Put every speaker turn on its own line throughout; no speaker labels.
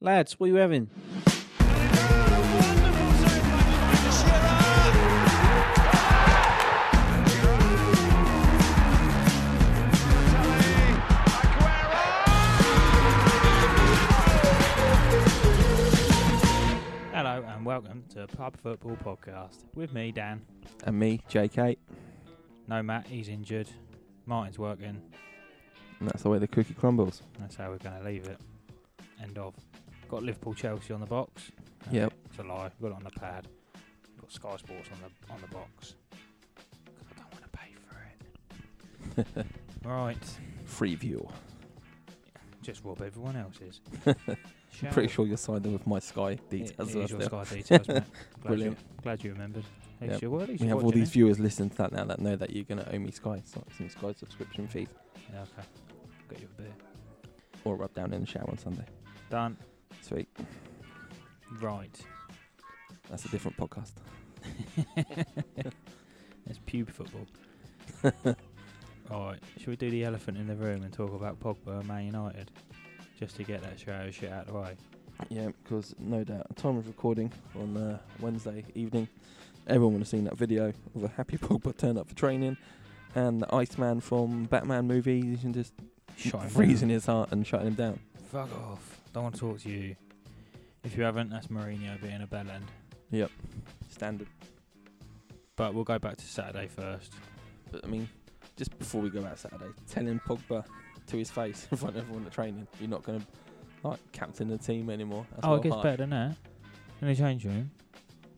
Lads, what are you having?
Hello and welcome to Pub Football Podcast with me, Dan.
And me, JK.
No, Matt, he's injured. Martin's working.
And that's the way the cookie crumbles.
That's how we're going to leave it. End of. Got Liverpool Chelsea on the box. Uh,
Yep.
It's a lie. Got it on the pad. Got Sky Sports on the on the box. 'Cause I don't want to pay for it. right.
Free view.
Just rob everyone else's. Shall
Pretty sure you're signed in with my Sky
It,
details.
it is your
there.
Sky details, Matt. Glad
Brilliant.
You, glad you remembered. Thanks,
Yep.
you- well, at least
We
you're
have all
watching
these
it.
viewers listening to that now that know that you're going to owe me Sky. So some Sky subscription fees.
Yeah, okay. Got you a beer.
Or rub down in the shower on Sunday.
Done.
Sweet.
Right.
That's a different podcast.
It's pube football. All right, should we do the elephant in the room and talk about Pogba and Man United, just to get that show shit out of the way?
Yeah, because no doubt, at time of recording on uh, Wednesday evening, everyone would have seen that video of a happy Pogba turn up for training and the Iceman from Batman movie you can just
Shut him
freezing
down.
his heart and shutting him down.
Fuck off! Don't want to talk to you. If you haven't, that's Mourinho being a bellend.
Standard.
But we'll go back to Saturday first.
But I mean, just before we go out Saturday, telling Pogba to his face in front of everyone at training, you're not going to like captain the team anymore. That's
oh,
not
it gets
hard.
better than that. In the change room,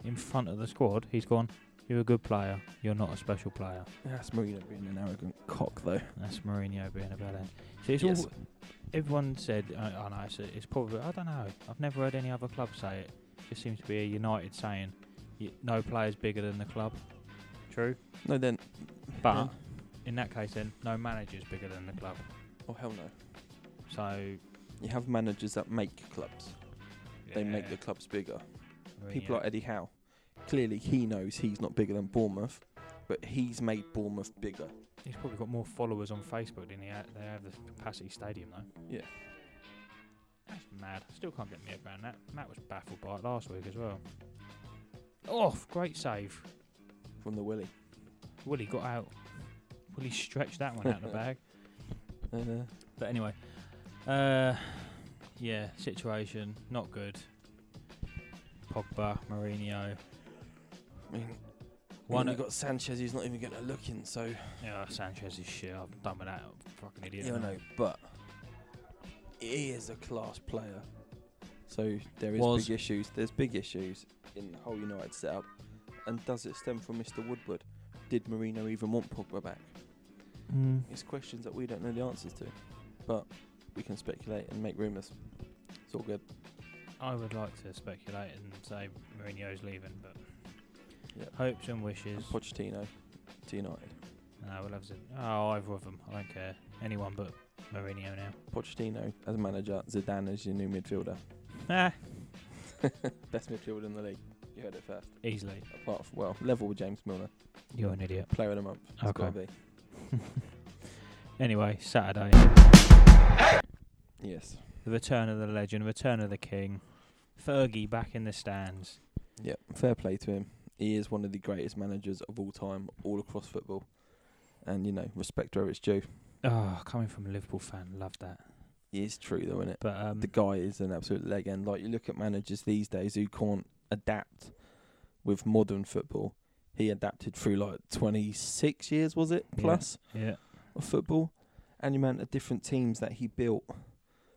in front of the squad, he's gone. You're a good player. You're not a special player.
That's Mourinho being an arrogant cock, though.
That's Mourinho being a bellend. See, it's
Yes.
all everyone said, I, I know, it's, it's probably, I don't know, I've never heard any other club say it. just seems to be a United saying, y- no player's bigger than the club. True.
No, then.
But
then-
in that case, then, no manager's bigger than the club.
oh hell no!
So,
You have managers that make clubs. They make the clubs bigger. People like Eddie Howe. Clearly, he knows he's not bigger than Bournemouth, but he's made Bournemouth bigger.
He's probably got more followers on Facebook than he ha- they have the capacity stadium, though.
Yeah.
That's mad. Still can't get me around that. Matt was baffled by it last week as well. Off! Great save.
From the Willie.
Willie got out. Willie stretched that one out of the bag.
Uh,
But anyway, uh, yeah, situation not good. Pogba, Mourinho.
I mean,
One
one you
o-
got Sanchez. He's not even getting a look in. So
Yeah, Sanchez is shit. I'm done with that. I'm a fucking idiot.
Yeah, I know, but he is a class player. So there is
Was.
big issues. There's big issues in the whole United setup. And does it stem from Mr. Woodward? Did Marino even want Pogba back?
Mm.
It's questions that we don't know the answers to, but we can speculate and make rumours. It's all good.
I would like to speculate and say Mourinho's leaving, but
Yeah.
hopes and wishes.
Pochettino to United.
No, we'll have to. Oh, either of them. I don't care. Anyone but Mourinho now.
Pochettino as manager, Zidane as your new midfielder.
Ah,
Best midfielder in the league. You heard it first.
easily.
Apart from, well, level with James Milner.
You're an idiot.
Player of the month. It's
Okay.
gotta be.
Anyway, Saturday,
Yes.
the return of the legend, return of the king, Fergie back in the stands.
Yep, fair play to him. He is one of the greatest managers of all time, all across football. And, you know, respect where it's due.
Oh, coming from a Liverpool fan, love that.
It is true, though, isn't it?
But um,
The guy is an absolute legend. Like, you look at managers these days who can't adapt with modern football. He adapted through, like, 26 years, was it,
Yeah.
plus,
yeah,
of football? And the amount of different teams that he built.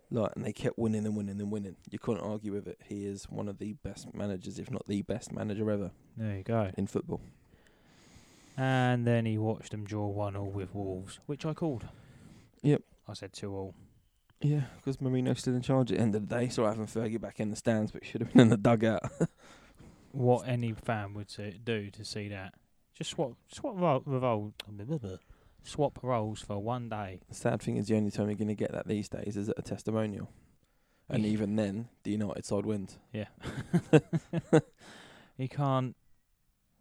Like, and they kept winning and winning and winning. You couldn't argue with it. He is one of the best managers, if not the best manager ever
there you go.
in football.
And then he watched them draw one all with Wolves, which I called.
Yep.
I said two all.
Yeah, because Marino's still in charge at the end of the day, so having Fergie back in the stands, but should have been in the dugout.
What any fan would say, do to see that? Just swap, swap ro- revol- swap roles for one day.
the sad thing is, the only time you're going to get that these days is at a testimonial, and
Yeah.
even then, the United side wins.
Yeah. you can't.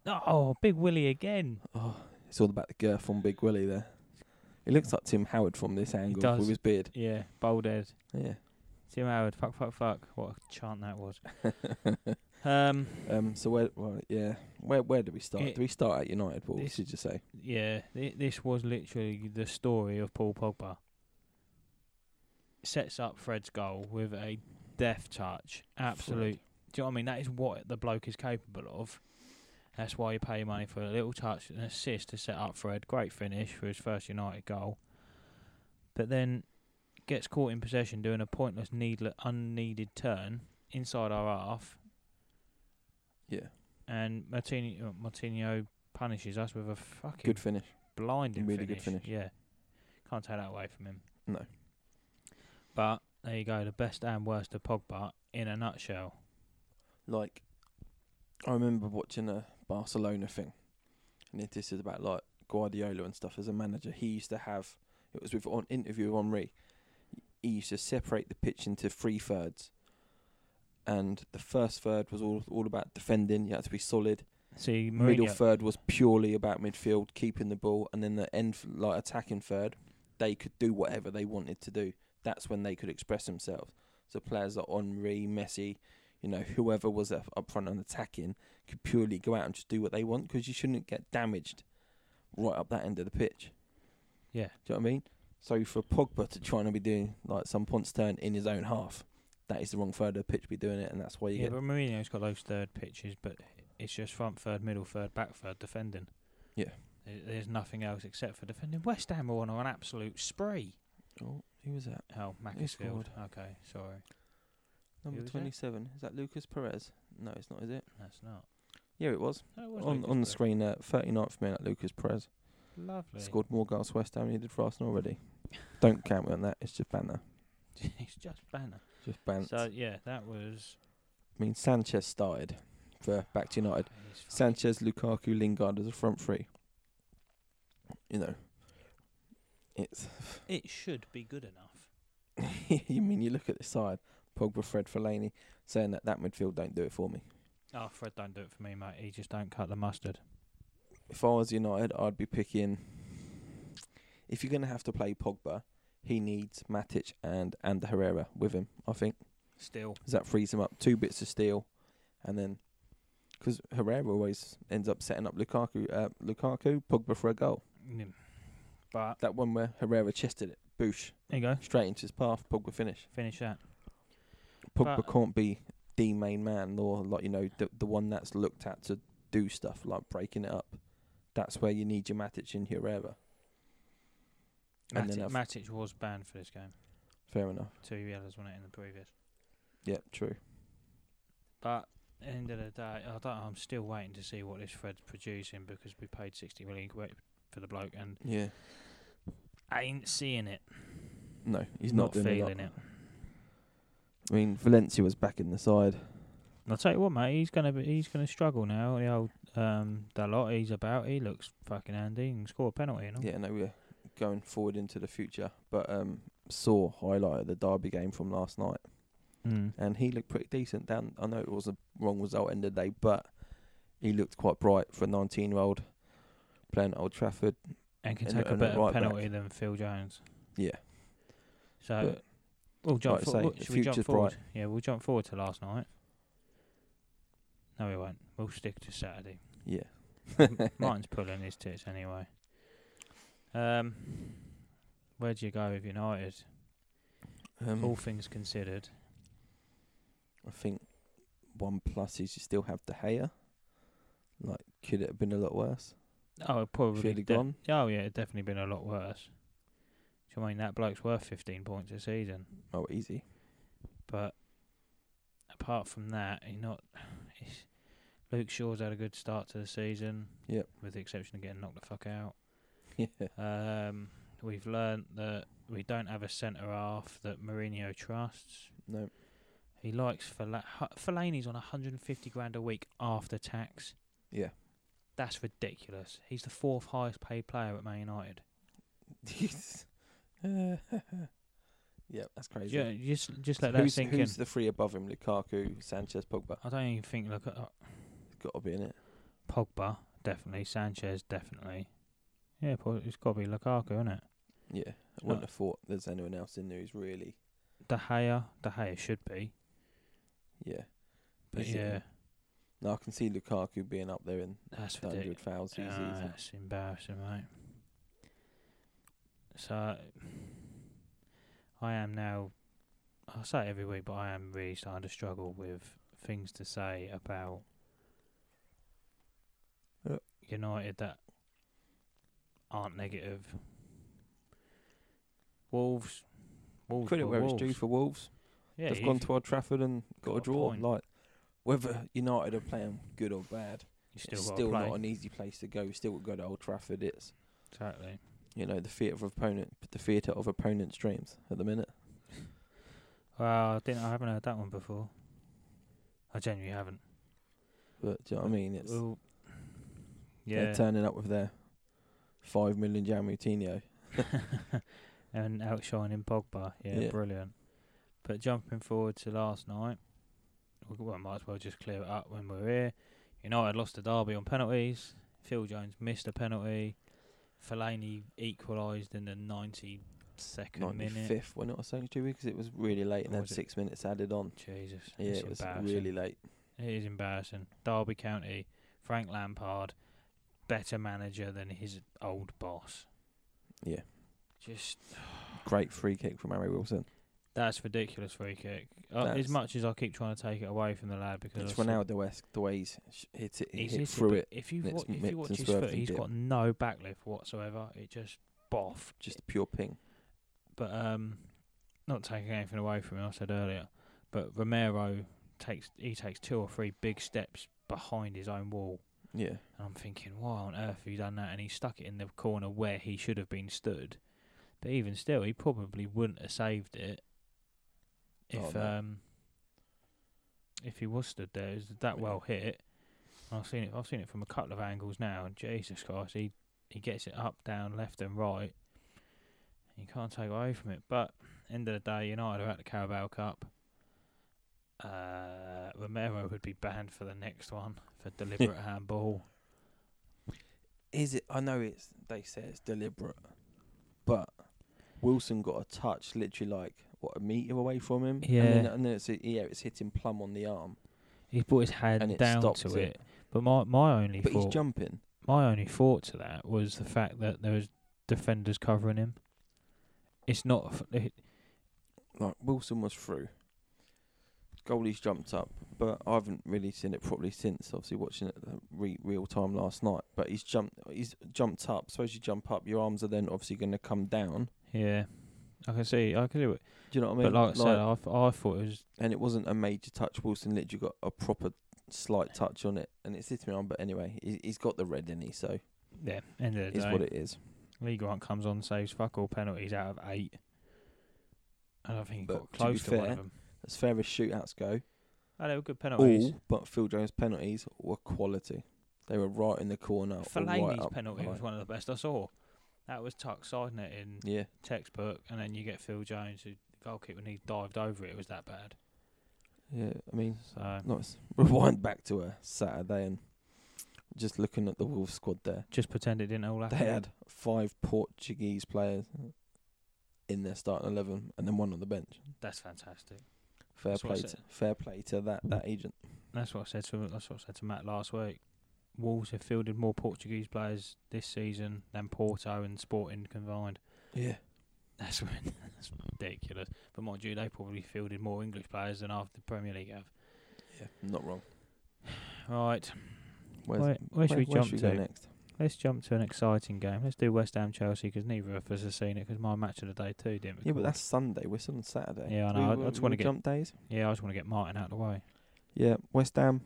Oh, Big Willie again.
Oh, it's all about the girth on Big Willie there. He looks like Tim Howard from this angle
does.
with his beard.
Yeah, bald head.
Yeah,
Tim Howard, fuck, fuck, fuck. What a chant that was. um,
Um, so where, well, yeah, where where do we start?
It-
do we start at United? What
this-
should you say?
yeah, th- this was literally the story of Paul Pogba. Sets up Fred's goal with a death touch. Absolute. Do you know what I mean? That is what the bloke is capable of. That's why you pay money for a little touch and assist to set up Fred. Great finish for his first United goal. But then gets caught in possession doing a pointless, needless, unneeded turn inside our half.
Yeah,
and Martino, Martino punishes us with a fucking
good finish.
blinding
really good
finish.
finish.
Yeah, can't take that away from him.
No.
But there you go, the best and worst of Pogba in a nutshell.
Like, I remember watching a Barcelona thing, and it, this is about like Guardiola and stuff as a manager. He used to have it was with on interview with Henri. He used to separate the pitch into three thirds, and the first third was all all about defending. You had to be solid.
See,
middle
Mourinho,
third was purely about midfield keeping the ball, and then the end like attacking third, they could do whatever they wanted to do. That's when they could express themselves. So players like Henri, Messi, you know, whoever was up up front and attacking could purely go out and just do what they want because you shouldn't get damaged right up that end of the pitch.
Yeah.
do you know what I mean? So for Pogba to try and be doing like some Ponce turn in his own half, that is the wrong third of the pitch be doing it, and that's why you
yeah,
get
but Mourinho's got those third pitches, but it's just front third, middle third, back third defending.
Yeah.
There- There's nothing else except for defending. West Ham were on an absolute spree.
oh, who was that?
Oh,
Who
Macclesfield.
scored?
Okay, sorry,
Number
Who was that?
27. Is that Lucas Perez? No, it's not, is it?
that's not.
Yeah, it was.
No, it was
on
Lucas
on the
Perez.
screen, uh, 39th minute, Lucas Perez.
Lovely.
Scored more goals for West Ham than he did for Arsenal already. Don't count me on that. It's just banter.
it's just banner.
Just banter.
So yeah, that was
I mean, Sanchez started for back to United.
He's fucking-
Sanchez, Lukaku, Lingard as a front three. You know, it's.
It should be good enough.
you mean you look at this side, Pogba, Fred, Fellaini, saying that that midfield don't do it for me.
Oh, Fred, don't do it for me, mate. He just don't cut the mustard.
if I was United, I'd be picking. If you're going to have to play Pogba, he needs Matic and Ander Herrera with him. I think 'Cause
Still,
that frees him up two bits of steel, and then because Herrera always ends up setting up Lukaku, uh, Lukaku, Pogba for a goal.
mm, but
That one where Herrera chested it, boosh,
there you go.
straight into his path. Pogba finish.
Finish that.
Pogba
But-
can't be the main man or like you know the the one that's looked at to do stuff like breaking it up. That's where you need your Matic and Herrera. And then
Matic,
I've-
Matic was banned for this game.
Fair enough.
Two yellows on it in the previous.
Yeah, true.
But at the end of the day, I don't, I'm still waiting to see what this Fred's producing because we paid 60 million quid for the bloke and
Yeah.
I ain't seeing it.
No, he's not, doing a lot.
feeling it.
I mean, Valencia was back in the side.
I'll tell you what, mate. He's gonna be, he's gonna struggle now. The old um, Dalot he's about. He looks fucking handy and score a penalty and all.
Yeah, no, we're going forward into the future. But um, Saw highlighted the derby game from last night,
Mm.
and he looked pretty decent. Down, I know it was a wrong result end of the day, but he looked quite bright for a 19-year-old playing at Old Trafford.
and can
And-
take a
and a
better
right back.
penalty than Phil Jones.
Yeah,
So we'll jump.
like I
for,
say,
we'll-
the
should we jump
future's
forward? Yeah, we'll jump forward to last night. No, we won't. We'll stick to Saturday.
yeah.
M- Martin's pulling his tits anyway. Um, where do you go with United?
Um,
All things considered,
I think one plus is you still have De Gea. Like, could it have been a lot worse?
oh, it probably
Should have gone.
Oh yeah, it'd definitely been a lot worse. Do you mean that bloke's worth 15 points a season?
Oh, easy.
But apart from that, you're not. It's, Luke Shaw's had a good start to the season.
Yep.
With the exception of getting knocked the fuck out.
yeah.
Um, we've learnt that we don't have a centre half that Mourinho trusts.
No.
He likes Fela- Hu- Fellaini's on 150 grand a week after tax.
Yeah.
That's ridiculous. He's the fourth highest paid player at Man United.
yeah, that's crazy.
Yeah, just just let that
who's,
sink in.
who's the three above him? Lukaku, Sanchez, Pogba.
I don't even think look uh, at
Got to be in it.
Pogba, definitely. Sanchez, definitely. Yeah, Paul, it's got to be Lukaku, isn't it?
Yeah, I wouldn't
No.
have thought there's anyone else in there who's really
De Gea, De Gea should be.
Yeah.
But
Is it-
yeah,
No, I can see Lukaku being up there in
that's ridiculous.
standard fouls. He's
Ah,
easy.
that's embarrassing, mate. So I am now. I say it every week, but I am really starting to struggle with things to say about
Yep.
United that aren't negative. Wolves, Wolves,
Credit
were
where
Wolves.
it's due for Wolves.
Yeah,
They've gone
even-
to Old Trafford and got,
got
a
a
draw.
point.
Like whether United are playing good or bad,
you still,
it's
gotta
still
play.
not an e- easy place to go. You still got to go to Old Trafford. It's
exactly.
you know the theatre of opponent, the theatre of opponent's dreams at the minute.
Well, I didn't. I haven't heard that one before. I genuinely haven't.
But do you know what I mean? It's
Well,
they're
yeah,
turning up with their five million Jan Moutinho.
and outshining Pogba. Yeah,
Yeah.
brilliant. But jumping forward to last night, we well, might as well just clear it up when we're here. United lost the derby on penalties. Phil Jones missed a penalty. Fellaini equalised in the 92nd
Ninety
minute.
fifth, wasn't it? Or something stupid because it was really late and
Or
had
was it-
six minutes added on.
Jesus,
Yeah,
it's
it was
embarrassing.
really late.
It is embarrassing. Derby County, Frank Lampard, better manager than his old boss.
Yeah.
Just
Great free kick from Harry Wilson.
that's ridiculous free kick. Uh,
That's-
as much as I keep trying to take it away from the lad because
It's
I saw-
Ronaldo esque the way he's sh- hit it, he
he's
hit
hit
through
but
it.
If you
and
wa-
it's
if
mixed
you watch
and
his
swerved
foot,
and
he's
dip.
got no backlift whatsoever. It just boffed.
Just pure ping.
but um, not taking anything away from him. I said earlier, but Romero takes he takes two or three big steps behind his own wall
Yeah.
And I'm thinking, why on earth have you done that? And he stuck it in the corner where he should have been stood. But even still, he probably wouldn't have saved it
Oh,
if
no.
um if he was stood there. It was that well hit. And I've seen it. I've seen it from a couple of angles now. And Jesus Christ, he he gets it up, down, left, and right. You can't take away from it. But end of the day, United are at the Carabao Cup. Uh, Romero would be banned for the next one for deliberate handball.
Is it? I know it's. They say it's deliberate, but Wilson got a touch, literally like what a meter away from him. And then,
Yeah.
and then it's yeah, it's hitting plum on the arm,
He put his hand
and it
down
stops
to
it.
it. But my my only
But he's
thought
jumping.
my only thought to that was the fact that there was defenders covering him. It's not. a f- It,
Like Wilson was through. Goalie's jumped up, but I haven't really seen it properly since. Obviously, watching it uh, re- real time last night. But he's jumped. He's jumped up. Suppose you jump up, your arms are then obviously going to come down.
yeah, I can see. I can do it.
Do you know what I mean?
But like I said, I, th- I thought it was.
and it wasn't a major touch. Wilson literally got a proper slight touch on it, and it's hitting me on. But anyway, he, he's got the red in he, so
Yeah, end of the
it's
day.
what it is.
Lee Grant comes on, saves fuck all penalties out of eight. And I think he
But
got
to be
close to, one
fair,
of them.
As far as shootouts go,
Oh, they were good penalties.
all but Phil Jones' penalties were quality. They were right in the corner. or
Fellaini's
right up
penalty
high.
was one of the best I saw. That was tucked side net in
Yeah,
textbook, and then you get Phil Jones, who goalkeeper, when he dived over it, it was that bad.
yeah. I mean,
So
nice. Rewind back to a Saturday and just looking at the Wolves squad there.
just pretend it didn't all happen.
They had five Portuguese players in their starting eleven, and then one on the bench.
That's fantastic.
Fair
That's what I
play.
said.
To, fair play to that that agent.
That's what I said to that's what I said to Matt last week. Wolves have fielded more Portuguese players this season than Porto and Sporting combined.
Yeah.
That's, ri- that's ridiculous. But mind you, they probably fielded more English players than half the Premier League have.
Yeah, not wrong.
Right, where, where should we jump
should
to?
go next?
Let's jump to an exciting game. Let's do West Ham Chelsea because neither of us have seen it because my match of the day too didn't.
Yeah, but
record.
that's Sunday. We're still on Saturday.
Yeah, I
Do
know, I-
wa-
I just wanna
we wanna
get-
jump days.
yeah. I just want to get Martin out of the way.
Yeah, West Ham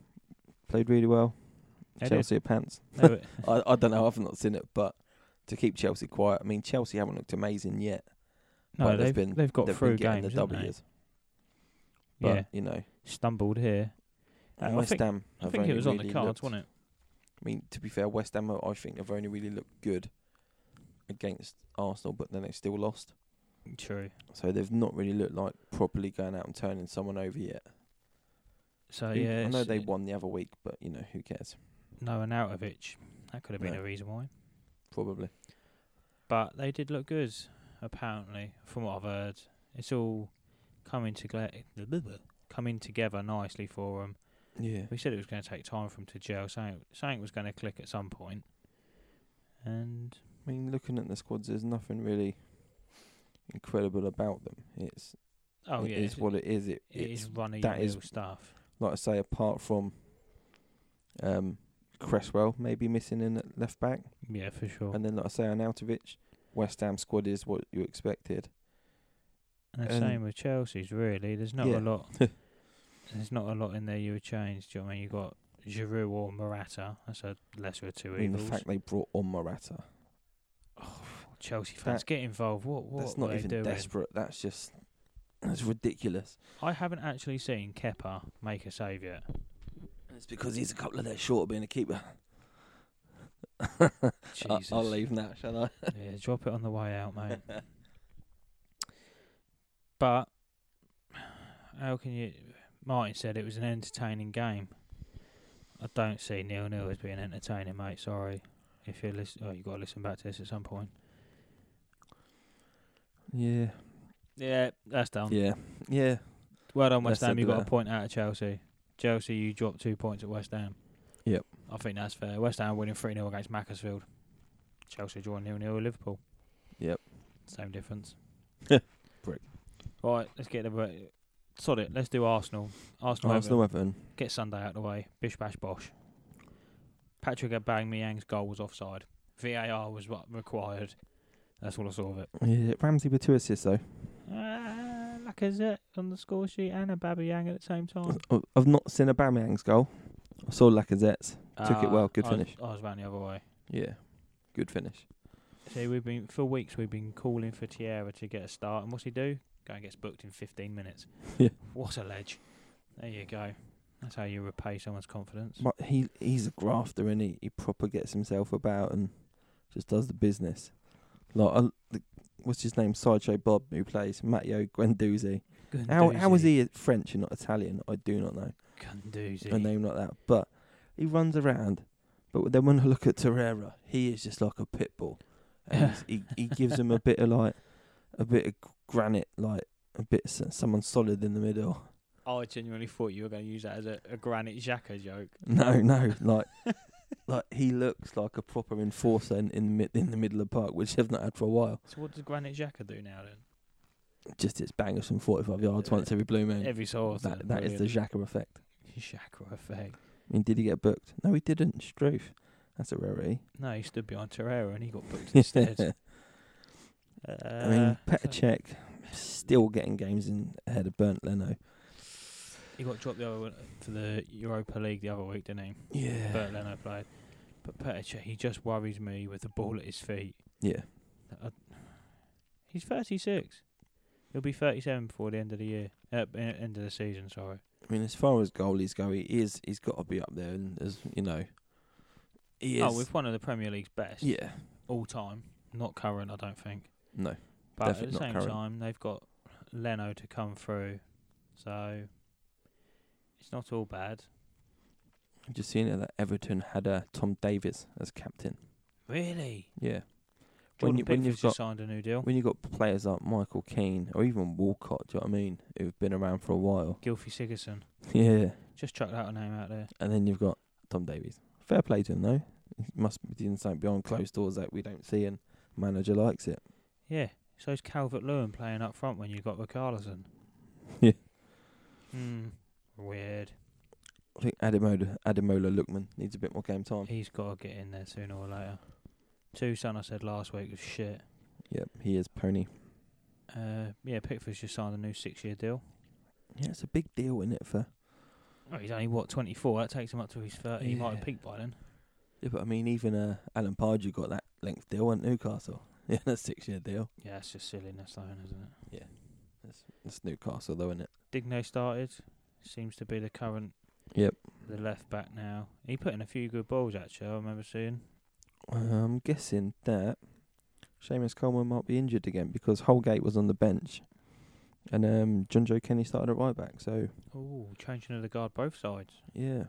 played really well.
They did.
Chelsea are pants.
They were-
I I don't know. I've not seen it, but to keep Chelsea quiet, I mean Chelsea haven't looked amazing yet.
no,
but
they've,
been
they've got
they've
through
been getting
games.
the
haven't they?
W's. But
Yeah,
you know,
stumbled here.
and
I
West
think-
Ham.
I think it was on the cards, wasn't it?
I mean, to be fair, West Ham I think have only really looked good against Arsenal, but then they still lost.
True.
So they've not really looked like properly going out and turning someone over yet.
So
Who-
Oh, yeah,
I
it's-
know
uh,
they won the other week, but you know who cares?
No, and Outovich. That could have been
No.
a reason why.
Probably.
But they did look good, apparently, from what I've heard. It's all coming together, coming together nicely for him.
Yeah.
We said it was going to take time for him to gel. Something, something was going to click at some point. And
I mean, looking at the squads, there's nothing really incredible about them. It's
oh
it
yeah,
is
it's,
what it is. It,
it
it's
is running
that is-
real stuff.
like I say, apart from um, Cresswell maybe missing in at left back,
Yeah, for sure.
and then like I say, Arnautovic, West Ham squad is what you expected.
And the
And-
same with Chelsea's really. There's not
Yeah.
a lot. there's not a lot in there you would change. Do you know what I mean you got Giroud or Morata? That's a lesser of two
I mean, the
evils.
fact they brought on Morata,
Chelsea fans
that-
get involved. What what
that's not
they
even
doing?
desperate. That's just that's ridiculous.
I haven't actually seen Kepper make a save yet.
And it's because he's a couple of days short of being a keeper. I,
Jesus.
I'll leave now, shall I?
yeah, drop it on the way out, mate. but how can you? Martin said it was an entertaining game. I don't see nil nil as being entertaining, mate. Sorry, if you listen, oh, you got to listen back to this at some point.
yeah,
Yeah, that's done.
yeah, yeah.
Well done, West
Leicester
Ham. You
do
got a
that.
point out of Chelsea. Chelsea, you dropped two points at West Ham.
Yep.
I think that's fair. West Ham winning 3 0 against Macclesfield. Chelsea drawing 0 0 with Liverpool.
Yep.
Same difference.
Prick.
Right, let's get the. re- Sod it. Let's do Arsenal. Arsenal,
Arsenal
Everton.
Everton.
Get Sunday out of the way. Bish bash bosh. Patrick Aubameyang's goal was offside. VAR was what required. That's all I saw of it.
Yeah, Ramsey with two assists though.
Uh, Lacazette on the score sheet and a Aubameyang at the same time.
I- I've not seen Aubameyang's goal. I saw Lacazette's. Took it
Ah,
well, good
I was-
finish.
I was round the other way.
Yeah, good finish.
See, we've been for weeks we've been calling for Tierra to get a start, and what's he do? Go and gets booked in 15 minutes.
Yeah.
What a ledge! There you go. That's how you repay someone's confidence.
But he he's a grafter, and he he proper gets himself about and just does the business. Like I, the, what's his name, Sideshow Bob, who plays Matteo Guendouzi. How how is he French and not Italian? I do not know
Gunduzi.
a name like that. But he runs around. But then when I look at Torreira, he is just like a pit bull, and he's- he he gives him a bit of like a bit of granite, like a bit of s- someone solid in the middle.
I genuinely thought you were going to use that as a, a Granite Xhaka joke.
No, no, like, like he looks like a proper enforcer in, in the mid, in the middle of the park, which they've not had for a while.
So what does Granite Xhaka do now then?
Just it's bangers from forty-five yards once every blue moon.
Every so often.
that that is the Xhaka effect.
the Xhaka effect.
I mean, did he get booked? No, he didn't. Struth, that's a rarity.
No, he stood behind Torreira and he got booked instead. uh,
I mean, Petr Cech still getting games in ahead of Bernd Leno.
He got dropped the other one for the Europa League the other week, didn't he?
Yeah,
Bert Leno played. But Petr Cech, he just worries me with the ball at his feet.
yeah.
I, he's 36. He'll be 37 before the end of the year. Uh, e- end of the season, sorry.
I mean, as far as goalies go, he is he's got to be up there, and as you know, he is.
Oh, with one of the Premier League's best
yeah,
all time. Not current, I don't think.
no,
But
Definitely
at the
not
same
current.
time, they've got Leno to come through. So it's not all bad.
I've just seen it that Everton had uh, Tom Davies as captain.
Really?
Yeah.
Jordan
When, you, when you've
Pickford's just
got
signed a new deal.
when you got players like Michael Keane or even Walcott, do you know what I mean? Who've been around for a while.
Gilfie Sigerson.
Yeah.
Just chuck that name out there.
And then you've got Tom Davies. Fair play to him though. He must be doing something behind closed doors that we don't see and manager likes it.
Yeah. So is Calvert Lewin playing up front when you got Ricarlison?
Yeah.
Hmm. Weird.
I think Ademola Ademola Lookman needs a bit more game time.
He's got to get in there sooner or later. Tucson, I said last week, was shit.
Yep, he is pony.
Uh, yeah, Pickford's just signed a new six-year deal.
Yeah, it's a big deal, isn't it, for
Oh, he's only what twenty-four. That takes him up to his thirty. He might have
Yeah.
peaked by then.
Yeah, but I mean even uh, Alan Pardew got that length deal at Newcastle. Yeah, that's six year deal.
Yeah, that's just silliness, though, isn't it?
That's, that's Newcastle though, isn't it?
Digno started. Seems to be the current.
Yep.
The left back now. He put in a few good balls actually. I remember seeing.
I'm guessing that Seamus Coleman might be injured again because Holgate was on the bench, and um, John Joe Kenny started at right back. So
Oh, changing of the guard both sides.
yeah,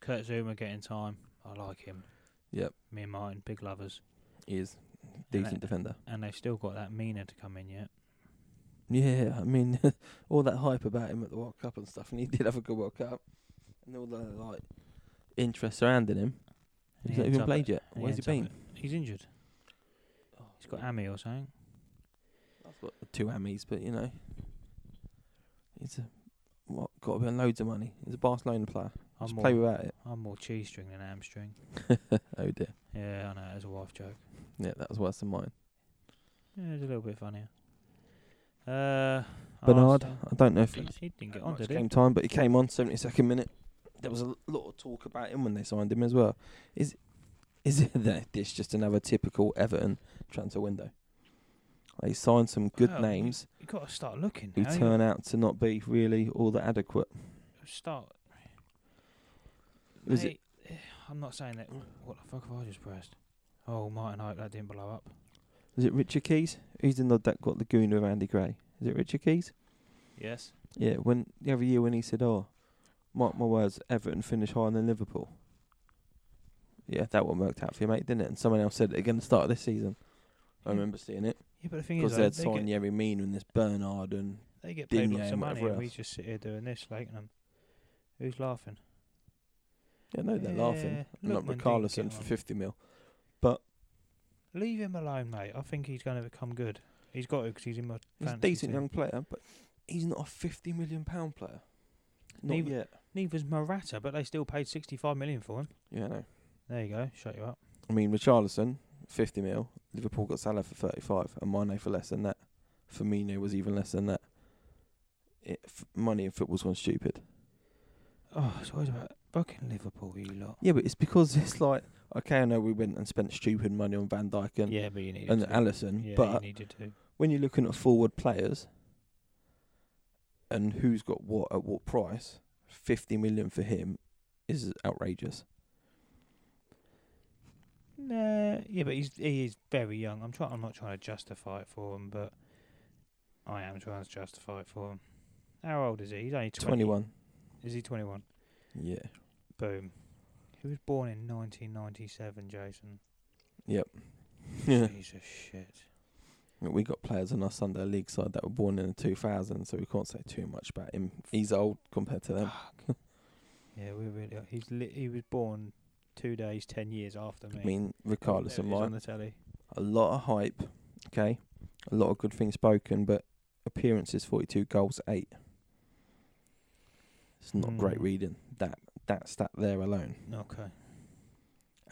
Kurt Zuma getting time. I like him.
Yep.
Me and Martin, big lovers.
he is
And
decent
they-
defender.
And they've still got that Mina to come in yet.
Yeah, I mean, all that hype about him at the World Cup and stuff, and he did have a good World Cup, and all the like interest surrounding him.
And he
He's not
ends
even
up
played
at-
yet.
and
Where's he
ends
been?
up at- He's injured. He's got AMI or something.
That's what two Emmys, but you know, he's a what got to be on loads of money. He's a Barcelona player.
I'm
Just
more,
play without it.
I'm more cheese string than hamstring.
Oh dear.
Yeah, I know. It's a wife joke.
Yeah, that was worse than mine.
Yeah, it's a little bit funnier. Uh,
Bernard,
Arsenal.
I don't know if
He,
he
he didn't
had
get on,
much
did
game
he?
time, but he came on 72nd minute. There was a l- lot of talk about him when they signed him as well. Is is it that it's just another typical Everton transfer window? They signed some good
Well,
names
You got to start looking.
who
now, you
turn out to not be really all that adequate.
gotta Start.
Is it-
Mate, eh, I'm not saying that. What the fuck have I just pressed? Oh, Martin, I hope that didn't blow up.
Is it Richard Keys? Who's the nod that got the goon with Andy Gray? Is it Richard Keys?
Yes.
Yeah, when the other year when he said, "Oh, mark my words, Everton finish higher than Liverpool." Yeah, that one worked out for you, mate, didn't it? And someone else said it again at the start of this season. I
Yeah.
remember seeing it
Yeah, but the thing is,
because
though,
they'd
they get,
signed Yerry Mean and this Bernard and
they get paid
Digne
lots of
and
money,
whatever
and we
else.
just sit here doing this, like them. Who's laughing?
yeah, no, they're laughing.
Yeah,
And Not
Lookman didn't
Ricarlison
get
for
on.
fifty mil.
Leave him alone, mate. I think he's going to become good. He's got to because he's in my
He's a
fantasy
decent
team.
young player, but he's not a fifty million pound player. Not
Neither-
yet.
Neither's Morata, but they still paid 65 million for him.
Yeah, no.
There you go. Shut you up.
I mean, Richarlison, 50 mil. Liverpool got Salah for 35 and Mane for less than that. Firmino was even less than that. It, f- money in football's gone stupid.
Oh, it's always about fucking Liverpool, you lot.
Yeah, but it's because it's like, okay, I know we went and spent stupid money on Van Dijk and,
Yeah, but you needed
and
to.
Allison,
yeah,
but
you needed to.
when you're looking at forward players and who's got what at what price, 50 million for him is outrageous.
Nah, yeah, but he's he is very young. I'm trying. I'm not trying to justify it for him, but I am trying to justify it for him. How old is he? He's only 20.
21.
Is he 21?
Yeah.
Boom. He was born in 1997, Jason.
Yep. Yeah.
Jesus shit.
We got players on our Sunday league side that were born in the 2000s, so we can't say too much about him. He's old compared to
Ah,
them.
Yeah, we really. Are. He's li- he was born two days, ten years after me.
I mean,
Regardless
regardless of
on
mine,
the telly.
a lot of hype, okay, a lot of good things spoken, but appearances 42 goals eight. It's not great
Mm.
reading that that stat there alone,
Okay.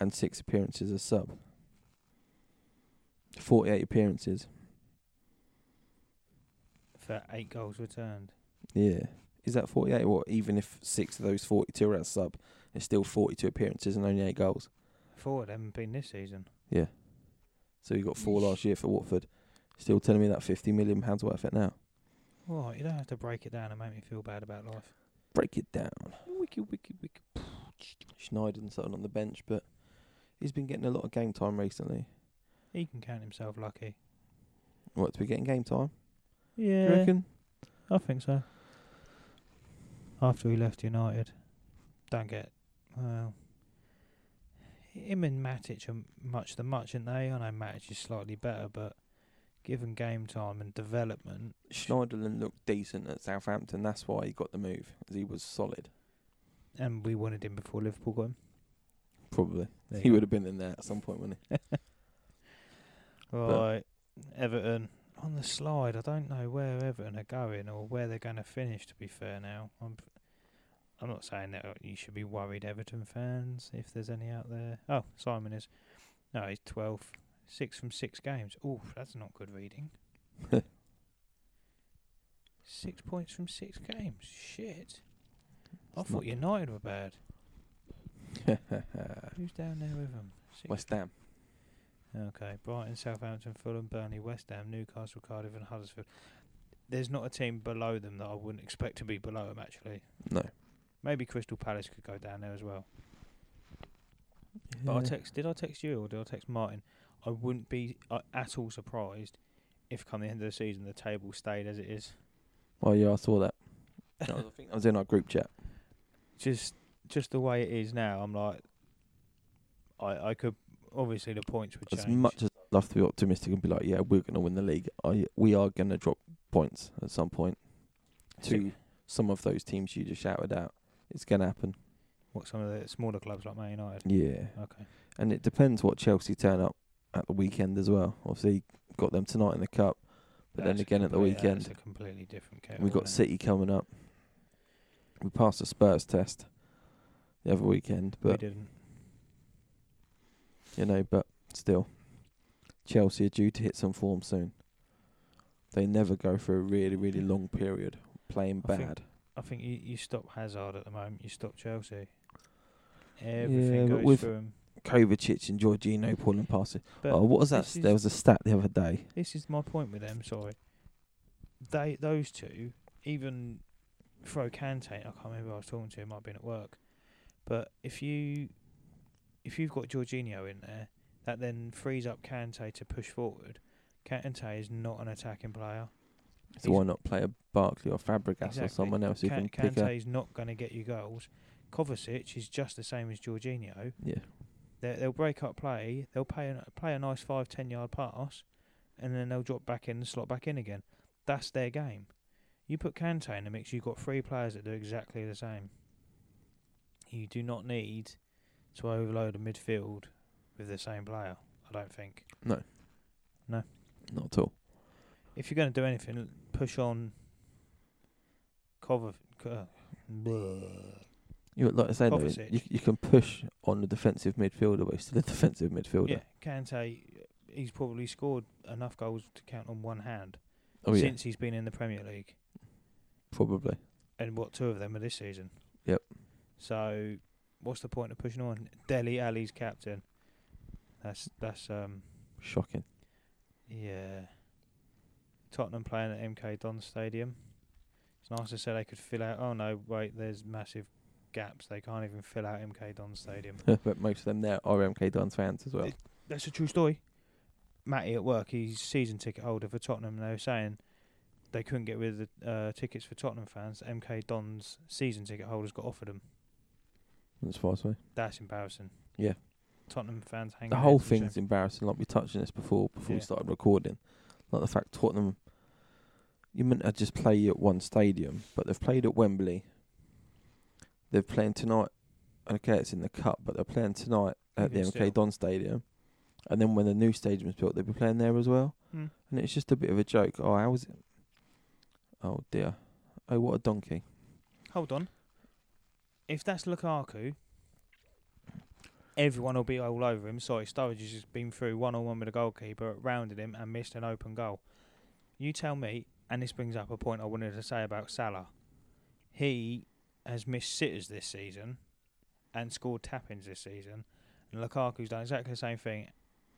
and six appearances as sub. 48 appearances.
For eight goals returned.
Yeah, is that 48? Or even if six of those 42 are as sub, it's still 42 appearances and only eight goals.
Four of them have been this season.
So he got four
Yeesh.
last year for Watford. Still telling me that fifty million pounds worth it now.
Well, you don't have to break it down and make me feel bad about life.
Break it down. Wiki wiki wiki. Schneider's sitting on the bench, but he's been getting a lot of game time recently.
He can count himself lucky.
What to be getting game time? Do you
Yeah,
reckon?
I think so. After he left United, don't get well. Him and Matic are much the much, aren't they? I know Matic is slightly better, but given game time and development,
Schneiderlin looked decent at Southampton. That's why he got the move, 'cause he was solid.
and we wanted him before Liverpool got him.
Probably
There
he
you
would have been in there at some point, wouldn't he?
Right, Everton on the slide. I don't know where Everton are going or where they're going to finish. To be fair, now I'm. I'm not saying that uh, you should be worried, Everton fans, if there's any out there. Oh, Simon is. No, he's 12th. Six from six games. Oof, that's not good reading. six points from six games. Shit. I
It's
thought
not-
United were bad. Who's down there with them?
West Ham.
Okay, Brighton, Southampton, Fulham, Burnley, West Ham, Newcastle, Cardiff, and Huddersfield. There's not a team below them that I wouldn't expect to be below them. Actually,
No.
maybe Crystal Palace could go down there as well. But I text. Did I text you or did I text Martin? I wouldn't be uh, at all surprised if, come the end of the season, the table stayed as it is.
Oh yeah, I saw that. That was- I think that was in our group chat.
Just, just the way it is now. I'm like, I, I could. Obviously, the points would change.
As much as I'd love to be optimistic and be like, yeah, we're going to win the league, I, we are going to drop points at some point to
Two.
some of those teams you just shouted out. It's going to happen.
What some of the smaller clubs like Man United.
Yeah.
Okay.
And it depends what Chelsea turn up at the weekend as well. Obviously, got them tonight in the cup, but
That's
then
a
again at the
complete- That's
weekend,
a completely different kettle.
we got
isn't it?
City coming up. We passed the Spurs test the other weekend,
We
but
didn't.
you know, but still, Chelsea are due to hit some form soon. They never go for a really, really long period playing
I think
bad.
I think you, you stop Hazard at the moment. You stop Chelsea. Everything
but
goes
with-
through him.
Kovacic and Jorginho pulling passes.
But
oh, what was that?
this
There was a stat the other day.
this is my point with them. Sorry, they those two even throw Kante. I can't remember who I was talking to. It might have been at work, but if you if you've got Jorginho in there, that then frees up Kante to push forward. Kante is not an attacking player.
So
He's-
why not play a Barkley or Fabregas or
Exactly.
someone else who
Kan-
can pick up?
Kante is not going to get you goals. Kovacic is just the same as Jorginho.
Yeah.
they they'll break up play, they'll play a, play a nice five ten yard pass, and then they'll drop back in and slot back in again. That's their game. You put Kante in the mix, you've got three players that do exactly the same. You do not need to overload a midfield with the same player. I don't think.
Not at all.
If you're going to do anything, push on. Cover. co-
You like I say, though,
Kovacic.
you, you can push on the defensive midfielder, but he's still a defensive midfielder.
yeah, Kante. He's probably scored enough goals to count on one hand
Oh yeah,
since he's been in the Premier League.
probably.
and what two of them are this season.
Yep.
So, what's the point of pushing on? Delhi Ali's captain. That's that's um
Shocking.
yeah. Tottenham playing at MK Don Stadium. It's nice to say they could fill out. Oh no, wait, there's massive gaps. They can't even fill out MK Don Stadium.
but most of them there are MK Dons fans as well.
It- That's a true story. Matty at work, he's season ticket holder for Tottenham, and they were saying they couldn't get rid of the uh, tickets for Tottenham fans. MK Don's season ticket holders got offered them.
That's far away.
That's embarrassing.
Yeah.
Tottenham fans hanging.
The
their
whole
heads in shame.
thing's embarrassing. Like we touched on this before, before we
Yeah.
started recording, like the fact Tottenham, you meant to just play at one stadium, but they've played at Wembley. They're playing tonight. Okay, it's in the cup, but they're playing tonight at the
Even
MK
still.
Don Stadium, and then when the new stadium is built, they'll be playing there as well.
Mm.
And it's just a bit of a joke. Oh, how is it? Oh dear. Oh, what a donkey.
Hold on. If that's Lukaku, everyone will be all over him. Sorry, Sturridge has just been through one on one with the goalkeeper, rounded him, and missed an open goal. You tell me, and this brings up a point I wanted to say about Salah. He has missed sitters this season and scored tap ins this season. And Lukaku's done exactly the same thing.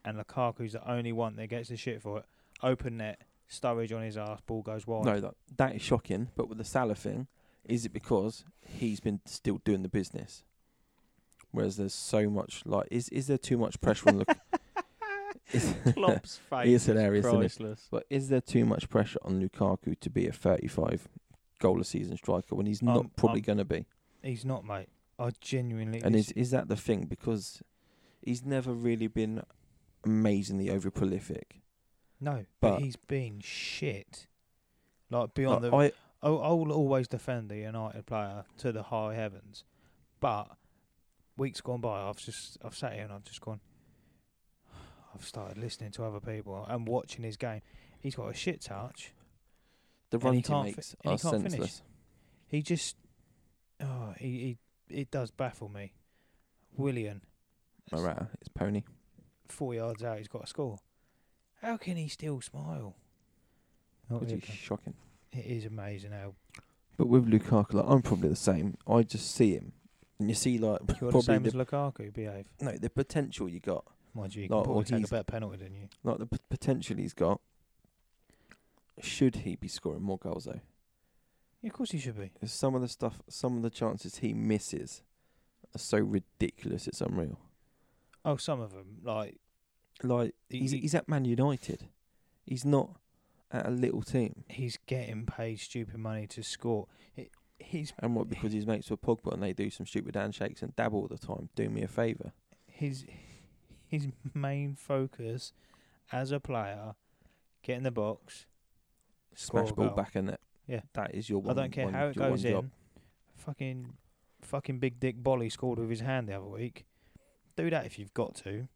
And Lukaku's the only one that gets the shit for it. Open net, Sturridge on his ass, ball goes wide.
No, that that is shocking. But with the Salah thing, is it because he's been still doing the business? Whereas there's so much like, is is there too much pressure on Lukaku? is,
Klopp's face
He is hilarious, isn't he?
priceless.
but is there too much pressure on Lukaku to be a 35 goal a season striker when he's
Um,
not probably
um,
going to be?
He's not, mate. I genuinely.
And
this-
is is that the thing? Because he's never really been amazingly over prolific.
no, but,
but-
he's been shit. Like beyond
Like,
the,
I
I'll, I'll always defend the United player to the high heavens, but weeks gone by, I've just I've sat here and I've just gone. I've started listening to other people and watching his game. He's got a shit touch.
the
and he
runs he,
can't fi-
makes
and he
are
can't finish.
senseless.
He just, oh, he, he it does baffle me. Willian,
Morata, it's pony.
four yards out, he's got a score. How can he still smile? Not
Which
really.
is shocking.
It is amazing how
But with Lukaku, like, I'm probably the same. I just see him, and you see like
you're
probably
the same
the,
as Lukaku behave.
no the potential you got,
Mind you, you
No,
can probably
well,
take a
he's-
better penalty than you.
like the p- potential he's got. Should he be scoring more goals though?
Yeah, of course he should be.
'Cause Some of the stuff, some of the chances he misses are so ridiculous. It's unreal.
Oh, some of them like
Like
he-
he's
he-
he's at Man United. He's not at a little team,
he's getting paid stupid money to score. It, his
and what because his mates were Pogba and they do some stupid handshakes and dab all the time. Do me a favour.
his his main focus as a player, get in the box, Score
smash
a
ball
goal.
back in net.
Yeah.
that is your. One,
I don't care
one-
how it
your one
goes in.
job.
Fucking, fucking big dick Bolly scored with his hand the other week. Do that if you've got to.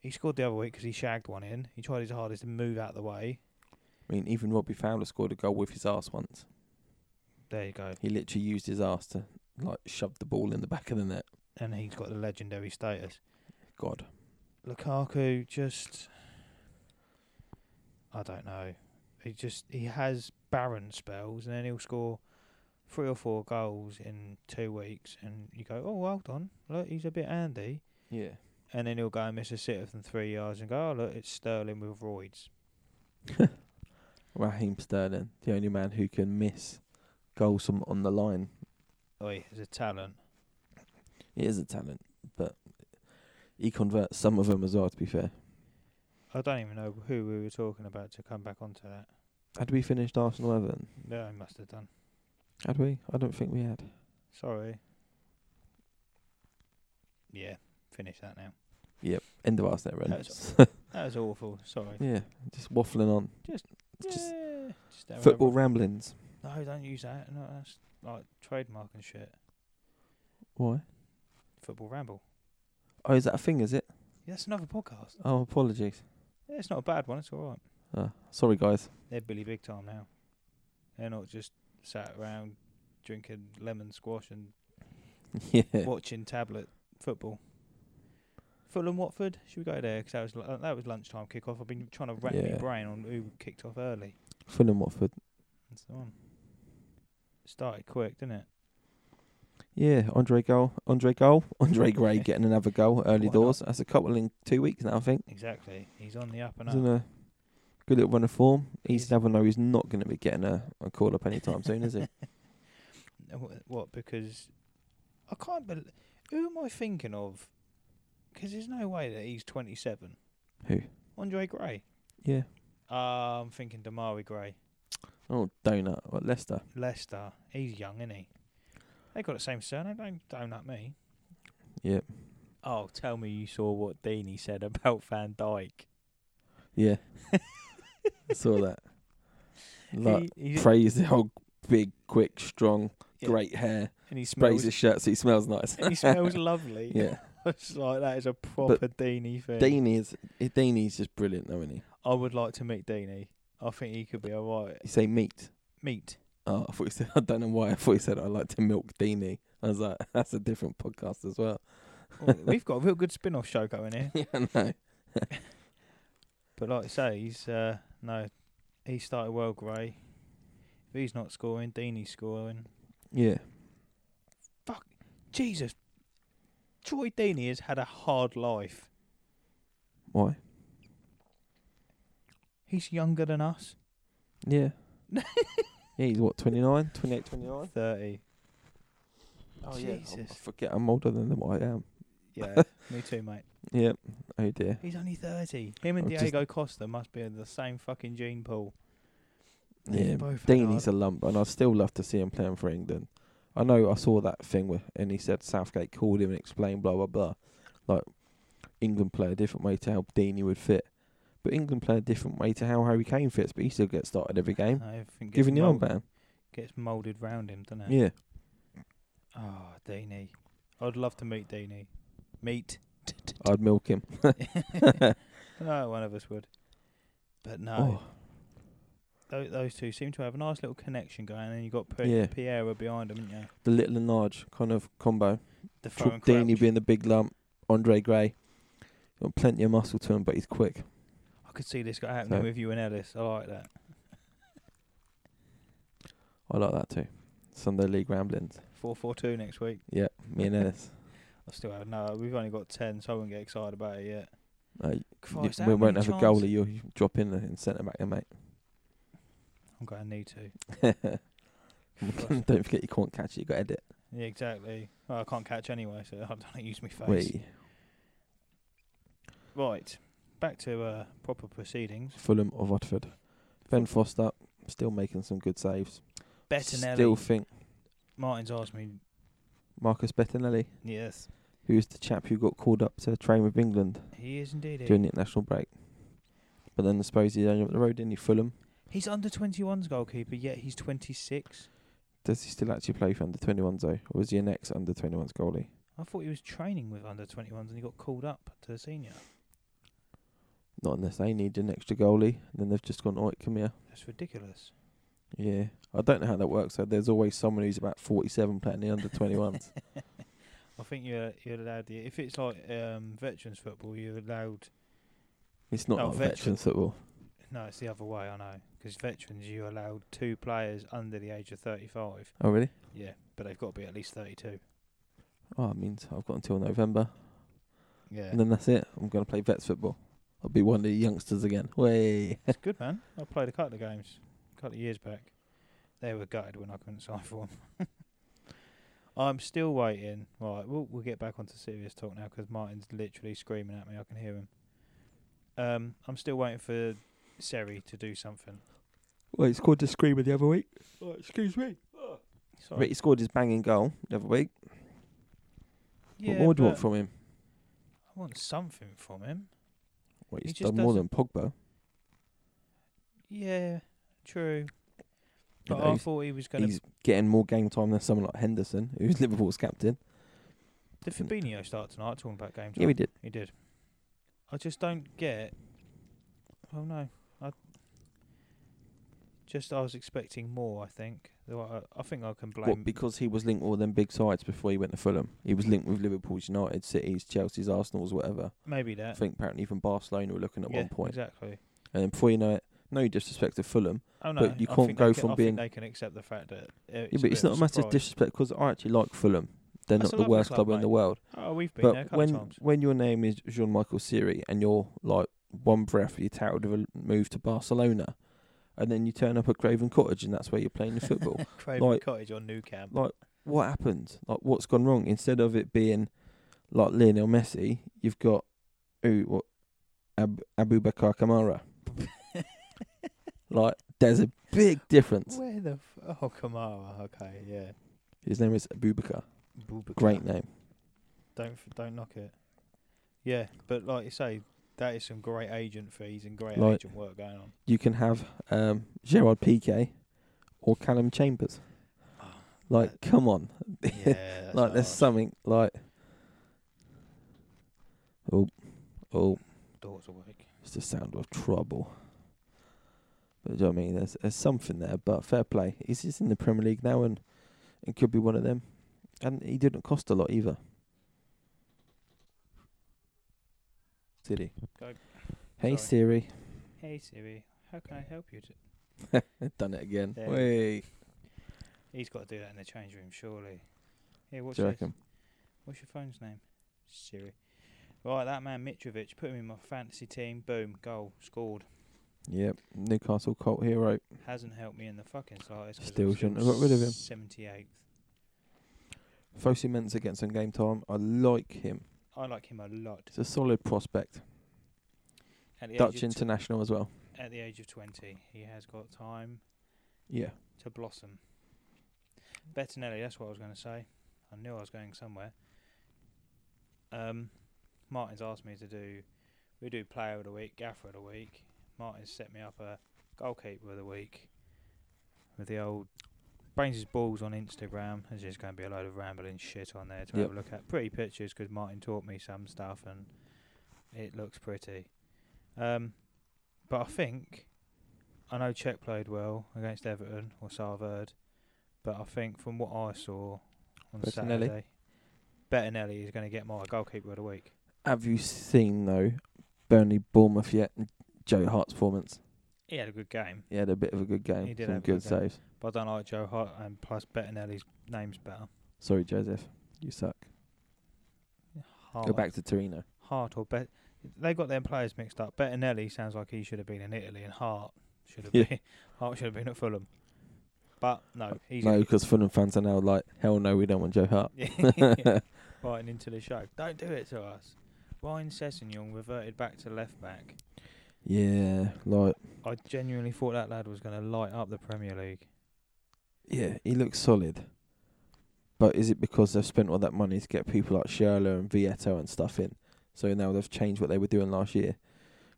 he scored the other week because he shagged one in. He tried his hardest to move out of the way.
I mean, even Robbie Fowler scored a goal with his ass once.
There you go.
He literally used his ass to like shove the ball in the back of the net.
And he's got the legendary status.
God,
Lukaku just, I don't know. He just he has barren spells, and then he'll score three or four goals in two weeks, and you go, oh, well done. Look, he's a bit handy.
yeah.
and then he'll go and miss a sitter from three yards and go, oh, look, it's Sterling with Roids.
Raheem Sterling, the only man who can miss goals from on the line.
Oi, it's a talent.
He is a talent, but he converts some of them as well. To be fair,
I don't even know who we were talking about to come back onto that.
had we finished Arsenal Everton?
No, I must have done.
Had we? I don't think we had.
Sorry. Yeah, finish that now.
End of Arsenal
No,
Everton.
it's- That was awful. Sorry.
yeah, just waffling on.
Just-
It's just
Yeah, just don't
football
remember-
ramblings.
No, don't use that. No, that's like trademark and shit.
Why?
Football ramble.
Oh, is that a thing? Is it?
Yeah, that's another podcast.
Oh, apologies.
Yeah, it's not a bad one. It's all right.
Uh, sorry, guys.
They're Billy Big Time now. They're not just sat around drinking lemon squash and
yeah.
watching tablet football. Fulham Watford, should we go there? 'Cause that was lu- that was lunchtime kick off. I've been trying to rack my
Yeah.
brain on who kicked off early
Fulham Watford.
and so on. Started quick, didn't it?
Yeah, Andre goal, Andre goal, Andre Gray
Yeah.
getting another goal early
Why not?
doors. That's a couple in two weeks now, I think.
Exactly. He's on the up and
He's in
up.
a good little run of form.
He's-
He's never know he's not going to be getting a, a call up anytime soon, is he?
Uh, wh- What? Because I can't. Bel- who am I thinking of? 'Cause there's no way that he's 27.
Who?
Andre Gray.
Yeah.
Uh, I'm thinking Damari Gray.
Oh, donut. What Leicester?
Leicester. He's young, isn't he? They got the same surname. Don't don't at me.
Yep.
Oh, tell me you saw what Deanie said about Van Dyke.
Yeah. I saw that. Like
he, he's-
praise the whole big, quick, strong,
Yeah.
great hair.
and he
Sprays
smells.
his shirt so he smells nice.
he smells lovely.
yeah.
it's like that is a proper Deanie thing.
Deanie is Deanie is just brilliant, though, isn't he?
I would like to meet Deanie. I think he could be alright.
You say meat.
Meet.
Oh, I thought you said I don't know why I thought you said I like to milk Deanie. I was like, that's a different podcast as well.
Oh, We've got a real good spin-off show going here.
yeah, I know.
But like I say, he's uh, no, he started well, Gray. If he's not scoring, Deanie's scoring.
Yeah.
Jesus, Troy Deeney has had a hard life.
Why?
He's younger than us.
Yeah. yeah, he's what, 29, 28, 29?
Thirty.
Oh, yeah.
Jesus.
I forget I'm older than what I am.
Yeah, me too, mate.
Yeah. Oh, dear.
He's only thirty. Him and
I've just-
Diego Costa must be in the same fucking gene pool. They've
Yeah.
both had
Deanie's a
hard-
lump, and I'd still love to see him playing for England. I know I saw that thing where, and he said Southgate called him and explained blah, blah, blah. Like, England play a different way to how Deanie would fit. But England play a different way to how Harry Kane fits, but he still gets started every game.
No, everything gets
Giving the
mould-
armband.
gets moulded round him, doesn't it?
Yeah.
Oh, Deeney. I'd love to meet Deeney. Meet.
I'd milk him.
no, one of us would. But no,
Oh,
tho- those two seem to have a nice little connection going, and you got P-
Yeah.
Piero behind him, yeah.
the little and large kind of combo.
The
Tro-
phone
Deeney being the big lump, Andre Gray. Got plenty of muscle to him, but he's quick.
I could see this guy happening
So-
with you and Ellis. I like that.
I like that too. Sunday League Ramblings.
Four four two next week.
Yeah, me and Ellis.
I still have no. We've only got ten, so I won't get excited about it yet.
Uh, y-
Christ,
we
how
won't
many
have a
chance-
goalie. You'll drop in there and centre back there,
I'm gonna need to.
mate.
Christ.
Don't forget you can't catch it. You got to edit.
yeah, exactly. Well, I can't catch anyway, so I don't use my face.
We
Right, back to uh, proper proceedings.
Fulham or Watford. Ben Foster still making some good saves.
Bettinelli.
Still think
Martin's asked me.
Marcus Bettinelli,
Yes,
who's the chap who got called up to train with England
he is indeed.
during
He,
the international break. But then I suppose he's only up the road, didn't he? Fulham.
He's under 21's goalkeeper, yet he's 26.
Does he still actually play for under 21s though, or is he an ex under 21s goalie?
I thought he was training with under 21s and he got called up to the senior.
Not unless they need an extra goalie, then they've just gone, alright, come here.
That's ridiculous.
Yeah, I don't know how that works. So there's always someone who's about 47 playing the under 21s.
I think you're you're allowed the if it's like um, veterans football, you're allowed.
It's not
Oh,
like
veteran.
veterans football.
No, it's the other way. I know because veterans you're allowed two players under the age of 35.
Oh really?
Yeah, but they've got to be at least 32.
Oh, it means I've got until November,
Yeah,
and then that's it. I'm gonna play vets football. I'll be one of the youngsters again. Way.
it's good, man. I played a couple of games a couple of years back. They were gutted when I couldn't sign for them. I'm still waiting. Right, we'll we'll get back onto serious talk now 'cause Martin's literally screaming at me. I can hear him. Um, I'm still waiting for Seri to do something.
Well, he scored a screamer the other week. Oh, excuse me.
Sorry.
he scored his banging goal the other week.
Yeah,
what more do you want
but
from him?
I want something from him.
Well,
He
he's
just
done more than Pogba.
Yeah, true.
You
But
know,
I
he's-
thought he was going to.
He's getting more game time than someone like Henderson, who's Liverpool's captain.
Did Fabinho start tonight? Talking about game time.
Yeah, we did.
He did. I just don't get. Oh no, I just I was expecting more. I think. Though I, I think I can blame.
What, because he was linked with all them big sides before he went to Fulham. He was linked with Liverpool's, United, City's, Chelsea's, Arsenal's, whatever.
maybe
I
that.
think apparently even Barcelona were looking at
yeah,
one point.
Exactly.
And then before you know it, no disrespect to Fulham.
Oh no,
But you
I
can't
think
go
they can,
from
I
being-
Think they can accept the fact that. uh, It's
Yeah, but it's
bit
not
of
a massive
surprise.
disrespect because I actually like Fulham. They're
That's
not
a
the
lovely
worst
club,
club in the
mate.
world.
Oh, we've been there a
But
couple
when
times.
when your name is Jean Michael Siri and you're like one breath you're touted with a move to Barcelona, and then you turn up at Craven Cottage and that's where you're playing your football.
Craven
like-
Cottage on New Camp.
like what happened? Like what's gone wrong? Instead of it being like Lionel Messi, you've got who what Ab- Abu Bakar Kamara. like there's a big difference.
Where the f- oh Kamara? Okay, yeah.
His name is Abu Bakar.
Boubacar.
Great name.
Don't f- don't knock it. Yeah, but like you say, that is some great agent fees and great
Like-
agent work going on.
You can have um, Gerard Piqué or Callum Chambers. Like, come on.
Oh, yeah, that's
like there's
hard.
something like oh oh
doors awake.
it's the sound of trouble but do you know what I mean there's, there's something there but fair play he's just in the Premier League now and and could be one of them and he didn't cost a lot either did he
Go. Sorry.
hey Siri
Hey Siri, how can I help you? To-
done it again
There.
Wait.
He's got to do that in the change room, surely. Here, what's
do you
this?
reckon
What's your phone's name? Siri. Right, that man Mitrovic put him in my fantasy team. Boom, goal scored.
yep Newcastle cult hero
Hasn't helped me in the fucking slightest. 'cause I'm
Still shouldn't have got rid of him.
78th.
Fosu Mensah against on game time I like him
I like him a lot.
he's a solid prospect
At the
Dutch
age of tw-
international as well
at the age of 20, he has got time
yeah
to blossom. Bettinelli, that's what I was going to say. I knew I was going somewhere. Um, Martin's asked me to do, we do player of the week, gaffer of the week. Martin's set me up a goalkeeper of the week with the old Brains' Balls on Instagram. There's just going to be a load of rambling shit on there to
Yep.
have a look at. Pretty pictures 'cause Martin taught me some stuff and it looks pretty. Um, but I think I know Czech played well against Everton or Sarverd, but I think from what I saw on
Bettinelli.
Saturday, Bettinelli is going to get my goalkeeper of the week.
Have you seen though Burnley Bournemouth yet? and Joe Hart's performance.
He had a good game,
He had a bit of a good game.
He did
Some
have a
good
good game.
saves.
but I don't like Joe Hart, and plus Bettinelli's name's better.
Sorry, Joseph. You suck.
Hart,
Go back to Torino.
Hart or Bet. They got their players mixed up. Bettinelli sounds like he should have been in Italy, and Hart should have
Yeah.
been Hart should have been at Fulham. But no, he's
No,
in-
because Fulham fans are now like, hell no, we don't want Joe Hart.
Yeah. Biting into the show. Don't do it to us. Ryan Sessegnon reverted back to left back.
Yeah, like,
I genuinely thought that lad was going to light up the Premier League.
yeah, he looks solid. But is it because they've spent all that money to get people like Schürrle and Vieto and stuff in? So now they've changed what they were doing last year.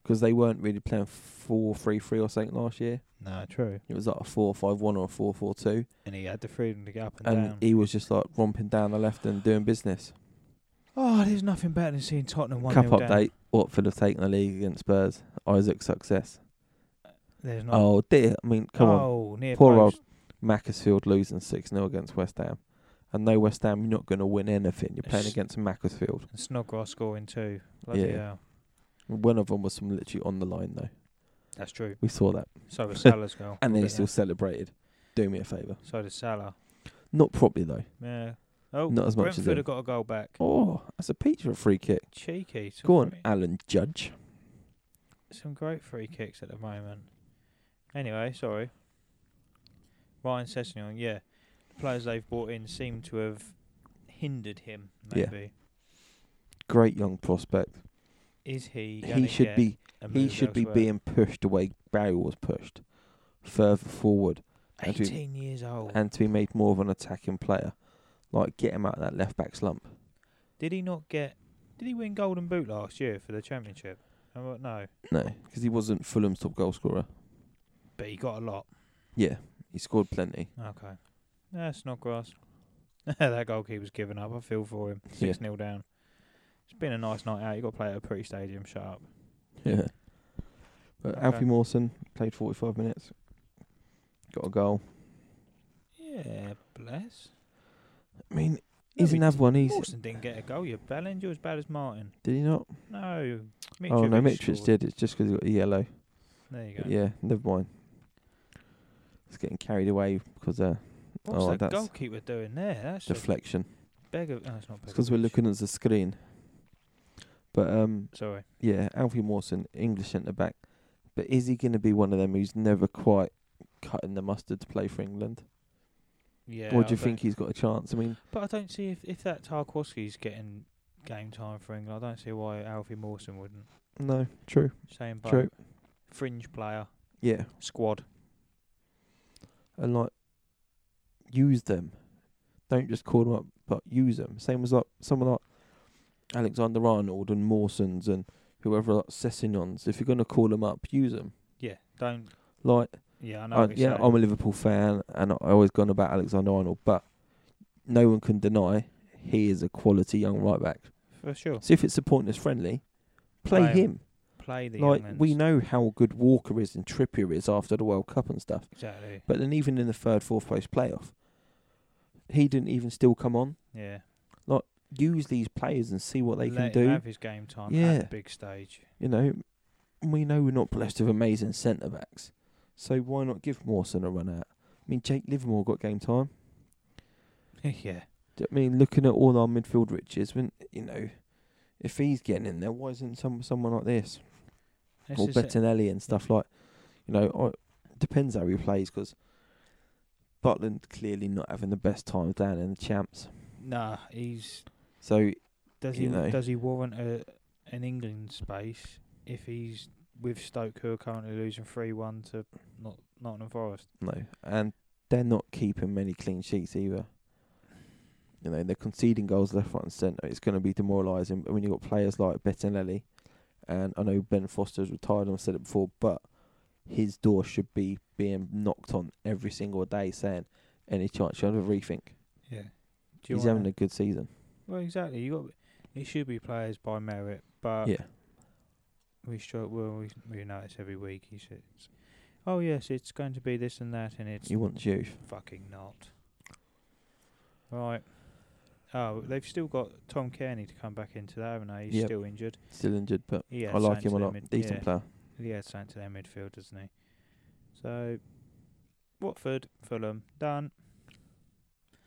'Cause because they weren't really playing four three three or something last year.
No, true.
It was like a four five one or a four four two,
And he had the freedom to go up and,
and
down.
he was just like romping down the left and doing business.
oh, there's nothing better than seeing Tottenham one
Cup
nil down.
update: Watford have taken the league against Spurs. Isaac success.
There's not.
Oh dear! I mean, come on.
oh, near
Poor
post.
Macclesfield losing 6 0 against West Ham. And no, West Ham, you're not going to win anything. You're playing
It's-
against Macclesfield.
And Snodgrass scoring two. Bloody
Yeah.
hell.
One of them was from literally on the line, though.
That's true.
We saw that.
So was Salah's goal.
And then he
But,
still
yeah.
celebrated. Do me a favour.
So did Salah.
Not properly, though.
Yeah. Oh,
Not as much as
Brentford
him.
have got a goal back.
Oh, that's a peach of a free kick.
Cheeky. Some
Go on,
great-
Alan Judge.
Some great free kicks at the moment. Anyway, sorry. Ryan Sessegnon, yeah. The players they've brought in seem to have hindered him,
Yeah.
maybe.
Great young prospect.
Is he gonna
He should
get
be
a
he
move
should be
elsewhere?
being pushed the way Barry was pushed. Further forward. and to-
18 years old.
And to be made more of an attacking player. Like get him out of that left back slump.
Did he not get? Did he win Golden Boot last year for the championship? I wa- No,
No, because he wasn't Fulham's top goal scorer.
but he got a lot.
Yeah, he scored plenty.
Okay, that's not grass. that goalkeeper's given up. I feel for him.
Yeah.
Six 0 down. It's been a nice night out. You got to play at a pretty stadium. Shut up.
Yeah. But
Okay.
Alfie Mawson played 45 minutes, got a goal.
Yeah, bless.
I mean,
No,
he's
he
another one. He's
Wilson didn't get a goal. You're Bellinger as bad as Martin.
did he not?
No, Mitrovic
oh no, Mitrovic
scored.
did. It's just 'cause he got a yellow.
There you
But
go.
yeah, never mind. It's getting carried away because uh,
What's
Oh,
that
that's
goalkeeper doing there? That's just
deflection.
beg of. No, it's not
It's because we're
Begovic.
looking at the screen. But um,
Sorry.
yeah, Alfie Mawson, English centre back. But is he going to be one of them who's never quite cutting the mustard to play for England?
Yeah.
or
I
do you
don't-
think he's got a chance? I mean,
But I don't see if, if that Tarkowski's getting game time for England, I don't see why Alfie Mawson wouldn't.
no, true,
Same boat.
true.
Fringe player,
Yeah,
squad.
and like use them. Don't just call them up, but use them. Same as like someone like Alexander Arnold and Mawson's and whoever like Sessignons. If you're gonna call them up, use them.
Yeah, don't.
Like,
Yeah, I know.
I,
what you're
Uh, yeah,
saying.
I'm a Liverpool fan, and I always gone about Alexander Arnold, but no one can deny he is a quality young right back.
for sure.
So if it's a pointless friendly, play
Play him.
him.
Play the
Like
young
we
uns.
know how good Walker is and Trippier is after the World Cup and stuff.
exactly.
But then even in the third, fourth place playoff, he didn't even still come on.
Yeah,
Use these players and see what they
Let
can
him
do.
have his game time
Yeah.
at the big stage.
You know, we know we're not blessed with amazing centre backs, so why not give Mawson a run out? I mean, Jake Livermore got game time.
yeah,
Do you know what I mean, looking at all our midfield riches, when you know, if he's getting in there, why isn't some someone like this
This
or
is it.
Bettinelli and stuff like? You know, I, depends how he plays because Butland clearly not having the best time down in the champs.
Nah, he's
So
does
You
he
know.
does he warrant a an England space if he's with Stoke who are currently losing three one to not Nottingham Forest?
No, and they're not keeping many clean sheets either. You know, they're conceding goals left, right, and centre. It's going to be demoralising. But when you've got players like Bettinelli, and I know Ben Foster's retired, and I've said it before, but his door should be being knocked on every single day saying, any chance you'll have a rethink?
Yeah, Do you
He's
wanna-
having a good season.
Well, exactly. You got it should be players by merit, but
yeah.
we struggle. Well, we, we notice every week he says, "Oh yes, it's going to be this and that," and it's
He wants youth.
fucking not. Right. Oh, they've still got Tom Kearney to come back into that, haven't they? He's
Yep.
still injured.
Still injured, but
He
I
adds
like
something
him a
to
lot.
their mid-
Decent
yeah.
player.
He adds something to their midfield, doesn't he? So, Watford, Fulham, done.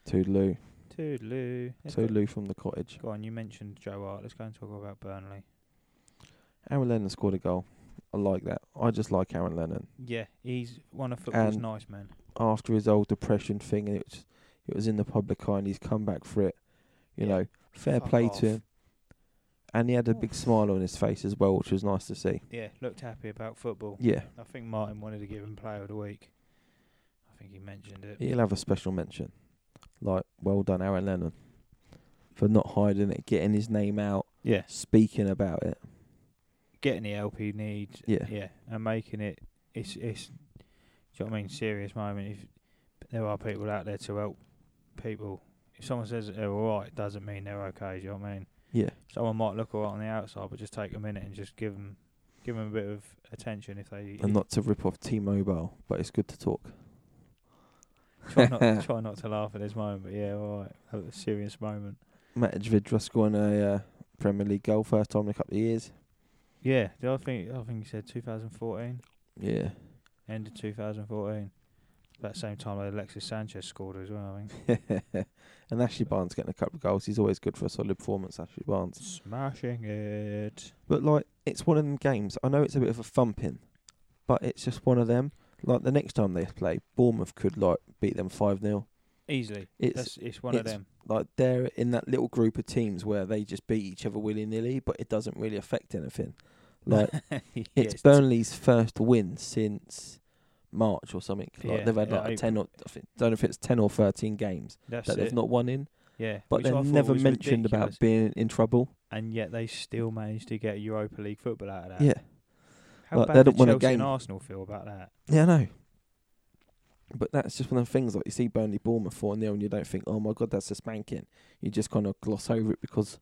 Toodaloo.
Toodaloo. Let's go-
Toodaloo from the cottage.
Go on, you mentioned Joe Hart. Let's go and talk about Burnley.
Aaron Lennon scored a goal. I like that. I just like Aaron Lennon.
Yeah, he's one of football's
And-
nice men.
after his old depression thing, and it was, it was in the public eye, and he's come back for it. You know, fair
Fuck
play
off.
to him, and he had a big smile on his face as well, which was nice to see.
Yeah, looked happy about football.
Yeah,
I think Martin wanted to give him player of the week. I think he mentioned it.
he'll have a special mention. Like, well done, Aaron Lennon, for not hiding it, getting his name out,
Yeah.
speaking about it.
getting the help he needs.
Yeah.
yeah, and making it. It's it's. Do you know what I mean? Serious moment. If but there are people out there to help people, if someone says that they're all right, it doesn't mean they're okay. Do you know what I mean?
Yeah.
Someone might look all right on the outside, but just take a minute and just give them give 'em a bit of attention if they
And not to rip off T-Mobile, but it's good to talk.
try not try not to laugh at this moment. But yeah, all right, that was a serious moment.
Matic Vidra scoring a uh, Premier League goal first time in a couple of years.
Yeah, the other thing I think you said 2014.
Yeah.
end of 2014. About the same time that Alexis Sanchez scored as well, I think.
and Ashley Barnes getting a couple of goals. He's always good for a solid performance, Ashley Barnes.
Smashing it.
But like, it's one of them games. I know it's a bit of a thumping, but it's just one of them. Like the next time they play, Bournemouth could like beat them five 0
Easily.
It's
That's, it's one
it's-
of them.
like they're in that little group of teams where they just beat each other willy nilly, but it doesn't really affect anything. Like it's
Yes.
Burnley's first win since March or something. Like
Yeah,
they've had
yeah,
like a
April.
ten or I think- don't know if it's ten or thirteen games
That's
that
it.
they've not won in,
yeah.
but
which I
they're
thought
never
was
mentioned
ridiculous,
about being in trouble.
And yet they still managed to get Europa League football out of that.
Yeah,
How
like,
bad
they
did
don't win a
Chelsea and
game.
Arsenal feel about that?
yeah, I know. But that's just one of the things. Like you see Burnley Bournemouth four 0 and you don't think, oh my god, that's a spanking. You just kind of gloss over it because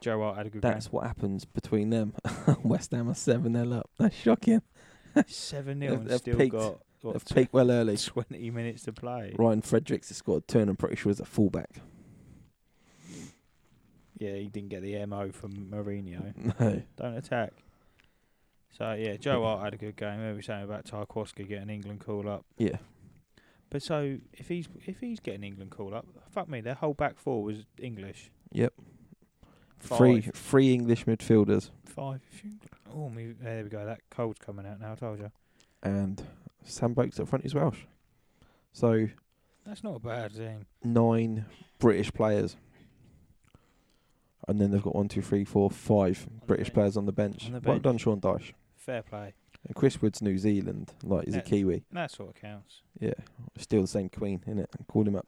Joe Hart had a good
that's what happens between them. West Ham are seven 0 up. That's shocking.
game. 7 0
They've-
and
they've
still
peaked.
got what,
They've peaked well early.
20 minutes to play.
Ryan Fredericks has scored a turn, I'm pretty sure, as a fullback.
Yeah, he didn't get the MO from Mourinho.
No.
Don't attack. So yeah, Joe Hart had a good game. We were saying about Tarkowski getting England call up.
Yeah.
But so if he's if he's getting England call up, fuck me, their whole back four was English.
Yep.
Five.
Three three English midfielders
Five. If you, oh, me, there we go. That cold's coming out now. I told you.
and Sam Boakes up front is Welsh. So
That's not a bad team.
nine British players. And then they've got one, two, three, four, five
the
British
bench.
players on the bench.
On the
Well
bench.
done, Sean Dyche.
Fair play.
And Chris Wood's New Zealand, like he's a
Yeah.
Kiwi.
And that sort of counts.
Yeah. Still the same queen, innit? Called him up.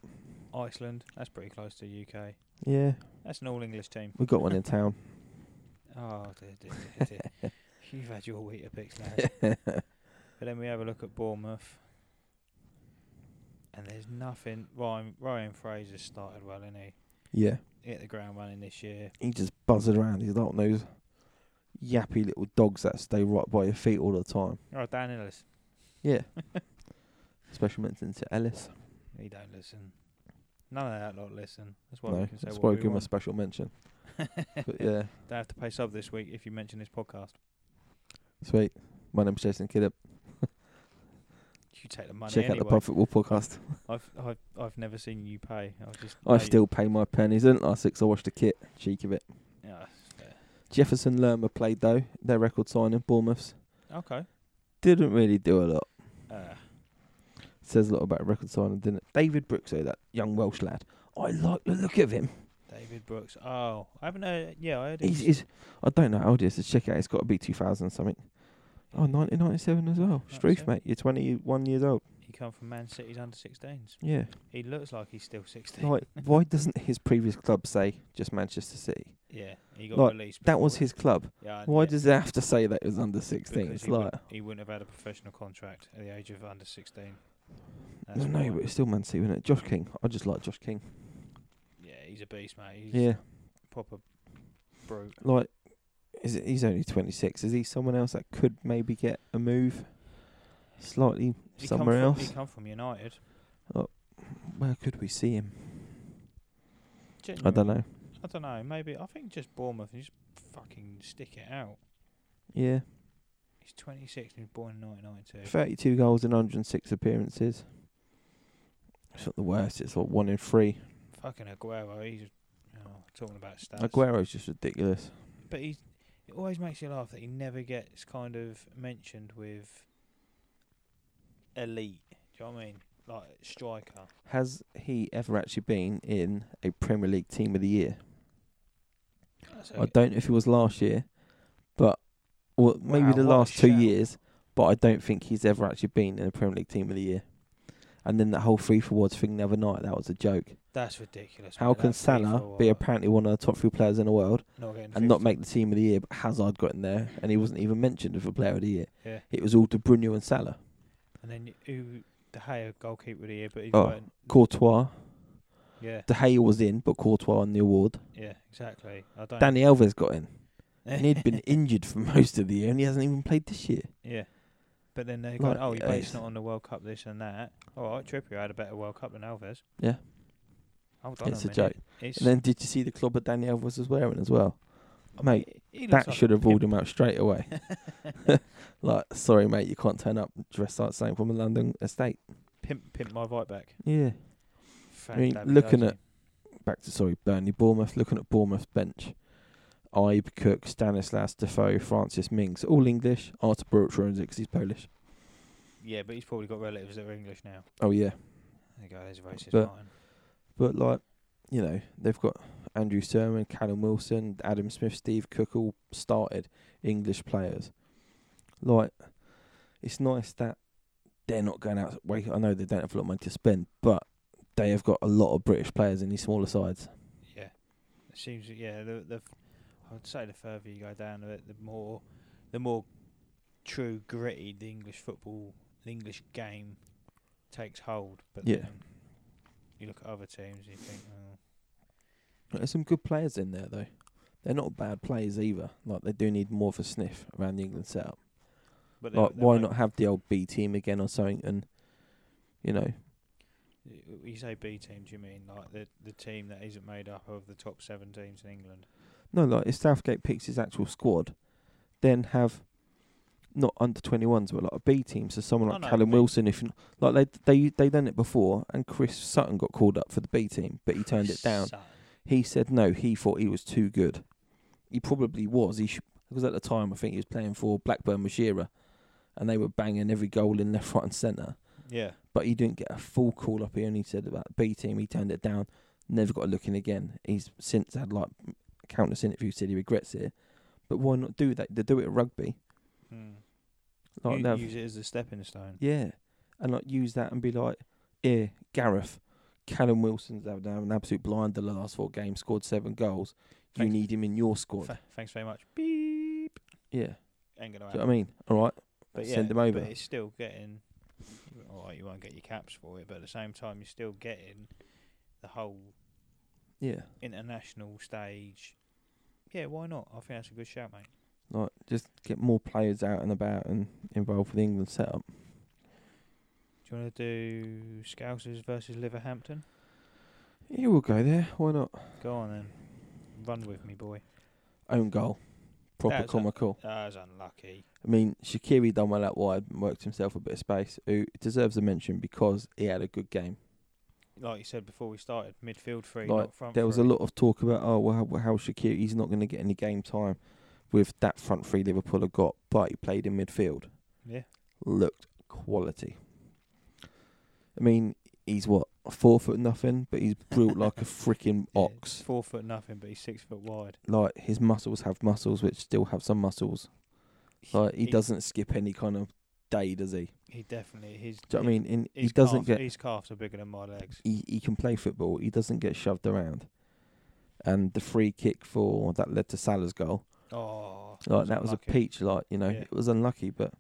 Iceland. That's pretty close to UK.
Yeah.
That's an all English team.
We got one in town.
Oh dear, dear, dear, dear. You've had your wheat a bit, lad. but then we have a look at Bournemouth. And there's nothing. Ryan, Ryan Fraser started well, didn't he?
Yeah.
He hit the ground running this year.
he just buzzes around. He's like those yappy little dogs that stay right by your feet all the time.
Oh, Dan Ellis.
Yeah. Special mention to Ellis.
He don't listen. None of that lot listen. That's why we
No,
can say
that's
what
why we
we
give him a
want.
special mention. but yeah,
They have to pay sub this week if you mention this podcast.
sweet. My name's Jason Kiddup.
You take the money
Check out the
anyway.
Pub Football Podcast.
I've, I've I've never seen you pay. I just
I
pay-
still pay my pennies. Didn't I? Six. I watched the kit. Cheek of it.
Yeah, that's fair.
Jefferson Lerma played though. Their record signing, Bournemouth's.
okay.
Didn't really do a lot.
Uh,
Says a lot about record signing, didn't it? David Brooks, though, that young Welsh lad. I like the look of him.
David Brooks. Oh, I haven't heard. Yeah, I heard.
He's,
him.
he's, I don't know how old he is. Let's check it out. It's got to be 2000 something. Oh, 1997 as well. Struth,
97.
mate. You're 21 years old.
He come from Man City's under 16s.
Yeah.
He looks like he's still 16.
Like, why doesn't his previous club say just Manchester City?
yeah, he got
like,
released.
That was
before.
his club.
Yeah,
Why
yeah,
does it have to say that it was under
because
16? It's
he,
like,
wouldn't, he wouldn't have had a professional contract at the age of under 16.
I
That's
don't know,
why.
but it's still Man City, isn't it? Josh King. I just like Josh King.
yeah, he's a beast, mate. He's
Yeah.
proper brute.
Like, is it, he's only 26. Is he someone else that could maybe get a move slightly
He come
somewhere
from,
else?
He come from United.
Where could we see him? I
Genuinely.
don't know.
I don't know. Maybe I think just Bournemouth and just fucking stick it out.
Yeah.
He's 26 and he was born in 1992.
32 goals in 106 appearances. It's not the worst. It's like one in three.
Fucking Aguero. He's oh, talking about stats.
Aguero's just ridiculous.
but he's it always makes you laugh that he never gets kind of mentioned with elite. Do you know what I mean? Like striker.
Has he ever actually been in a Premier League team of the year?
That's
I
a-
don't know if he was last year, but or maybe
Wow,
the
what a
last two
shout.
years. But I don't think he's ever actually been in a Premier League team of the year. And then that whole free forwards thing the other night, that was a joke.
That's ridiculous.
How
mate.
can
That free
Salah
for
be
what?
apparently one of the top three players in the world
not getting
and not
fifty?
make the team of the year, but Hazard got in there and he wasn't even mentioned as a player of the year?
Yeah.
It was all De Bruyne and Salah.
And then who the Gea goalkeeper of the year, but he's
Oh.
got an-
Courtois.
yeah,
De Gea was in, but Courtois won the award.
yeah, exactly. I don't.
Danny Alves got in. And he'd been injured for most of the year and he hasn't even played this year.
yeah, but then they
Like,
go, oh, you're
uh,
based
it's-
not on the World Cup, this and that. All right, Trippier had a better World Cup than Alves.
Yeah.
Hold on
it's a
minute.
joke.
It's,
And then did you see the club that Danny Alves was wearing as well?
I mean,
mate,
he- he looks
that
like a
should have ruled
pimp.
him out straight away. like, sorry, mate, you can't turn up dressed like something from a London estate.
Pimp, pimp my right back.
Yeah.
Fat
mean,
David
looking
Luiz.
Back to, sorry, Burnley, Bournemouth. Looking at Bournemouth's bench. Ibe, Cook, Stanislas, Defoe, Francis Mings. All English. Artur Burch ruins it 'cause he's Polish.
yeah, but he's probably got relatives that are English now.
Oh, yeah.
There you go, there's a racist
But-
Martin.
But, like, you know, they've got Andrew Sermon, Callum Wilson, Adam Smith, Steve Cook all started English players. Like, it's nice that they're not going out. Wait, I know they don't have a lot of money to spend, but they have got a lot of British players in these smaller sides.
Yeah, it seems. that- Yeah, the the f- I would say the further you go down, the, the more the more true gritty the English football, the English game takes hold. But
Yeah.
then you look at other teams, you think, oh,
There's some good players in there though. They're not bad players either. Like they do need more of a sniff around the England setup.
but they're-
Like
they're
why
mo-
not have the old B team again or something? And you know,
y- You say B teams, you mean like the the team that isn't made up of the top seven teams in England?
no, like if Southgate picks his actual squad, then have not under twenty ones, but like a B team. So someone
I
like
know,
Callum
but-
Wilson, if you like they they they done it before, and Chris Sutton got called up for the B team, but he turned it down.
Son.
He said no. He thought he was too good. He probably was. He sh- because at the time I think he was playing for Blackburn with Shearer, and they were banging every goal in left, right, and centre.
Yeah,
But he didn't get a full call up. He only said about B team. He turned it down. Never got a look in again. He's since had like countless interviews said he regrets it. But why not do that? They do it at rugby.
mm.
Like
U-
they've-
use it as a stepping stone.
yeah, and like use that and be like, here, Gareth, Callum Wilson's having an absolute blind the last four games, scored seven goals. You
Thanks.
need him in your squad.
Fa- thanks very much. Beep.
Yeah.
Ain't gonna
Do you know
happen.
what I mean? All right.
But yeah,
Send them over.
But it's still getting. All right, you won't get your caps for it, but at the same time, you're still getting the whole
Yeah.
international stage. Yeah, why not? I think that's a good shout, mate.
Like, just get more players out and about and involved with the England setup.
Do you want to do Scousers versus Liverhampton?
Yeah, we'll go there. Why not?
Go on then, run with me, boy.
Own goal. Proper
That's a-
comical.
That was unlucky.
I mean, Shakiri done well out wide and worked himself a bit of space, who deserves a mention because he had a good game.
Like you said before we started, midfield three,
Like,
not front
There was a
three.
lot of talk about, oh, well, how, how Shakiri, he's not going to get any game time with that front three Liverpool have got, but he played in midfield.
Yeah,
Looked quality. I mean, he's what, four foot nothing, but he's built like a freaking
yeah,
ox.
Four foot nothing, but he's six foot wide.
like his muscles have muscles which still have some muscles. Like he, doesn't skip any kind of day, does he?
He definitely. He's.
Do you know what I mean? And he
his
doesn't
calves-
get
His calves are bigger than my legs.
he, he can play football. He doesn't get shoved around. And the free kick for that led to Salah's goal.
Oh,
Like that was a
unlucky.
peach. Like you know,
Yeah.
it was unlucky, but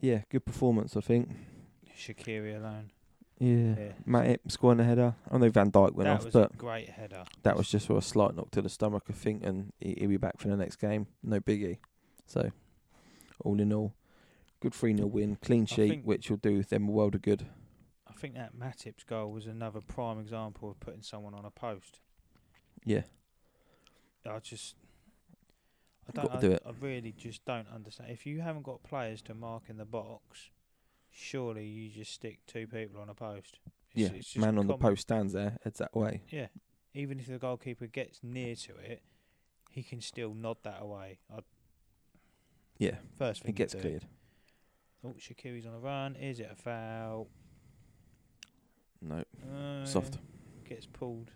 yeah, good performance. I think.
Shakiri alone.
Yeah.
Yeah.
Matip scoring a header. I know Van Dijk went
that
off,
was
but
a great header.
that was just for a slight knock to the stomach, I think, and he- he'll be back for the next game. No biggie. So, all in all, good 3 0 win, clean sheet,
think-
which will do them a world of good.
I think that Matip's goal was another prime example of putting someone on a post.
Yeah.
I just, I
Gotta
don't, I,
do it.
I really just don't understand. If you haven't got players to mark in the box, surely you just stick two people on a post.
yeah.
just
Man on the
common-
post stands there, heads that way.
Yeah, even if the goalkeeper gets near to it, he can still nod that away. I,
Yeah.
first thing
It
you
gets
do.
cleared.
Oh, Shakiri's on a run. Is it a foul?
No,
Uh,
soft. Um,
Gets pulled.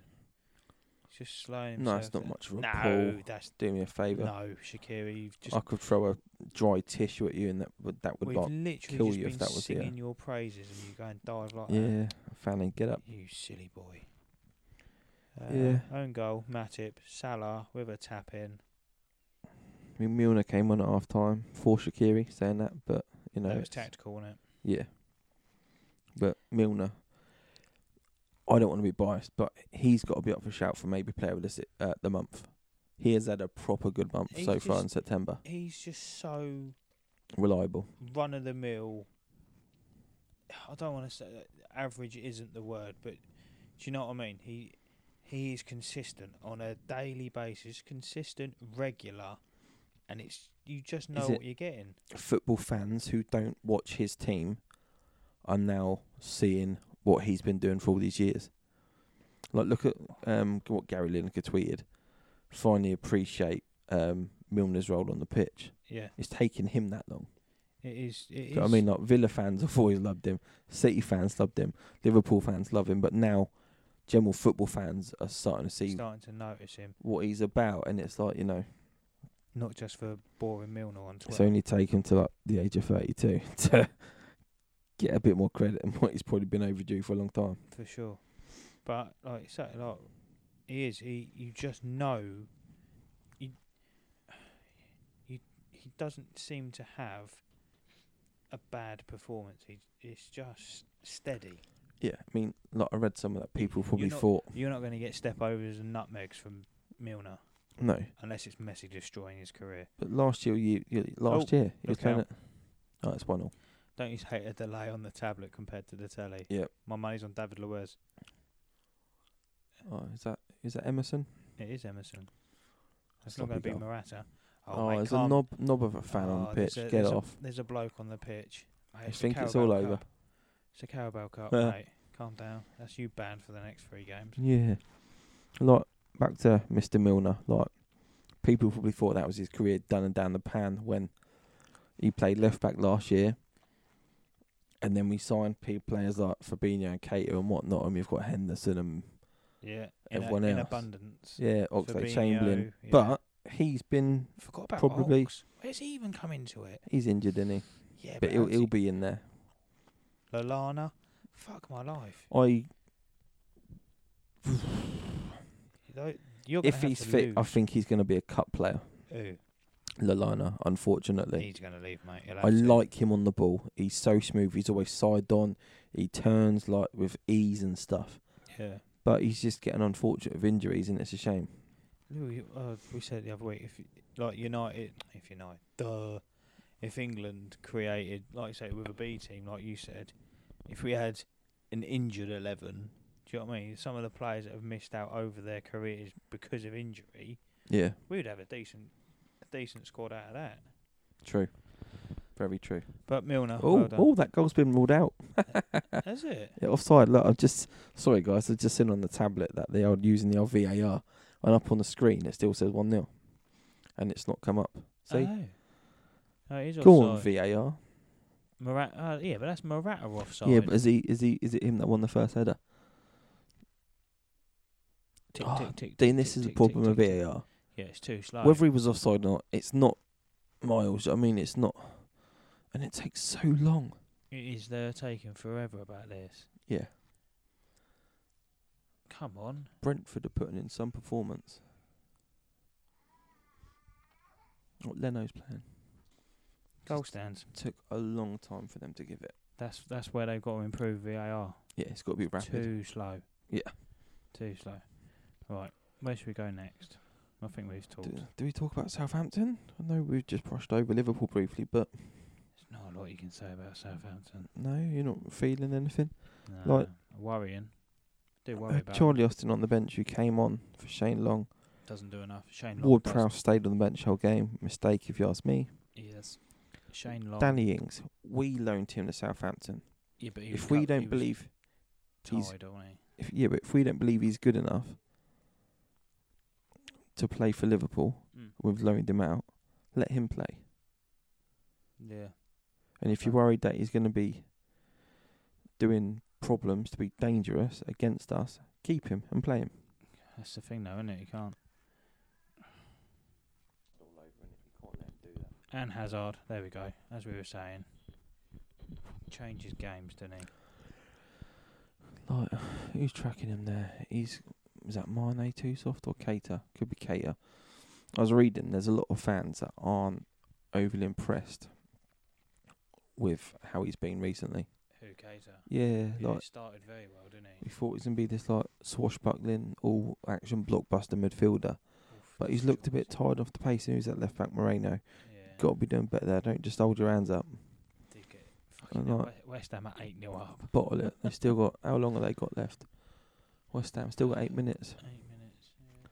It's just slowing
No,
himself.
it's not
down.
much of a
No,
pull.
that's
Do me a favour.
no Shakiri. You've just
I could throw a dry tissue at you, and that would that would
we've
like
literally
kill
just
you if
been
that was the-
singing your praises, and you go and dive like that.
yeah. Fanny, get up.
You silly boy. Uh,
Yeah.
Own goal, Matip, Salah with a tap in.
I mean, Milner came on at half time for Shakiri, saying that, but you know,
that was
it's-
tactical, wasn't it?
yeah. But Milner, I don't want to be biased, but he's got to be up for shout for maybe player of the si- uh, the month. He has had a proper good month
He's
so far
just-
in September.
He's just so
Reliable.
run of the mill. I don't want to say that average isn't the word, but do you know what I mean? He he is consistent on a daily basis, consistent, regular, and it's you just know
it-
what you're getting.
football fans who don't watch his team are now seeing what he's been doing for all these years. Like, look at um, what Gary Lineker tweeted. Finally, appreciate um, Milner's role on the pitch.
Yeah,
It's taken him that long.
it is. It
Do
is.
you know what I mean? Like, Villa fans have always loved him. City fans loved him. Liverpool fans love him. But now, general football fans are starting to see
starting to notice him,
what he's about. And it's like, you know,
not just for boring Milner on Twitter.
It's only taken to like the age of 32 to get a bit more credit and what he's probably been overdue for a long time.
for sure. But like so, like he is. He you just know. You, you he doesn't seem to have a bad performance. He it's just steady.
Yeah, I mean, like I read some of that people probably
not-
thought
You're not going to get step overs and nutmegs from Milner
no,
unless it's Messi destroying his career.
but last year you, you last year he was
look
playing
out.
it. Oh, it's one all.
Don't you hate a delay on the tablet compared to the telly?
Yep.
My money's on David Luiz.
Oh, is that is that Emerson?
It is Emerson. That's
That's
not going
lovely
to be
goal.
Murata.
Oh,
mate,
there's a
calm
knob knob of a fan on
Oh,
the
there's
pitch.
a-
get
there's a-
off.
there's a bloke on the pitch. Mate,
I
it's a
think it's
Carabao
all over.
Cup. It's a Carabao Cup,
Yeah.
mate. Calm down. That's you banned for the next three games.
Yeah, like back to Mr. Milner. Like people probably thought that was his career done and down the pan when he played left back last year, and then we signed pe players like Fabinho and Cato and whatnot, and we've got Henderson and
Yeah. In, a-
Everyone
in
else.
abundance.
yeah, Oxlade
Fabinho,
Chamberlain.
yeah.
But he's been
Forgot about
probably-
probably. Where's he even come into it?
he's injured, isn't he?
Yeah,
But he'll
how's he-
he'll be in there.
Lallana. Fuck my life.
I
You know, You're gonna
if
have
he's
to
fit, I
lose.
think he's going to be a cup player.
Ooh,
Lalana, unfortunately.
he's going to leave, mate. He'll have
I
to.
like him on the ball. He's so smooth. He's always side on. He turns like with ease and stuff.
Yeah.
But he's just getting unfortunate with injuries, and it's a shame.
We, uh, we said the other week, if like United, if United, duh, if England created, like you say, with a B team, like you said, if we had an injured eleven, do you know what I mean? Some of the players that have missed out over their careers because of injury,
Yeah,
we would have a decent, a decent squad out of that.
true. Very true.
But Milner, Ah,
Oh,
well done.
oh, that goal's been ruled out.
Has it?
Yeah, offside. Look, I've just sorry guys. I've just seen on the tablet that they are using the old VAR, and up on the screen it still says one 0 and it's not come up. See,
Oh. Oh, it is
go on
offside.
VAR.
Morata, uh, yeah, but that's Morata offside.
Yeah, but is he is he is it him that won the first header?
tick,
Oh,
tick, tick,
Dean,
tick,
this is
tick,
the
tick,
problem
tick,
with
tick.
VAR.
Yeah, it's too slow.
Whether he was offside or not, it's not miles. I mean, it's not, and it takes so long.
It is they're taking forever about this.
Yeah,
Come on.
Brentford are putting in some performance. What Leno's playing
Goal stands.
took a long time for them to give it.
That's that's where they've got to improve VAR.
Yeah, it's got to be rapid.
Too slow.
Yeah.
Too slow. Right. Where should we go next? I think we've talked.
Do, do we talk about Southampton? I know we've just brushed over Liverpool briefly, but
There's not a lot you can say about Southampton.
no, you're not feeling anything.
No.
Like-
worrying. Do
Uh,
worry about. Charlie
Charlie Austin on the bench, who came on for Shane Long.
doesn't do enough. Shane Long.
Ward
does.
Prowse stayed on the bench whole game. Mistake, if you ask me.
Yes. Shane Long.
Danny Ings, we loaned him to Southampton.
yeah, but he was
if we
cut-
don't
he was
believe, he's-
tied, wasn't he?
if, yeah, but if we don't believe he's good enough to play for Liverpool,
Mm.
we've loaned him out. Let him play. Hmm.
Yeah.
And if you're
Okay.
worried that he's going to be doing problems to be dangerous against us, keep him and play him.
Uh, That's the thing, though, isn't it? You can't. And Hazard, there we go. As we were saying, changes games, doesn't he?
Like, who's tracking him there? He's is that Mane too soft or Cater? Could be Cater. I was reading. There's a lot of fans that aren't overly impressed with how he's been recently.
Who Cater?
Yeah,
Yeah, he
like
started very well, didn't he?
we thought he's gonna be this like swashbuckling, all-action blockbuster midfielder,
Oof,
but he's looked a bit tired off the pace. And who's that left back, Moreno?
Yeah.
Got to be doing better there. Don't just hold your hands up,
Did get fucking
know.
West- West Ham at 8 0 up.
bottle it. They've still got how long have they got left? West Ham still got eight minutes.
Eight minutes. Yeah.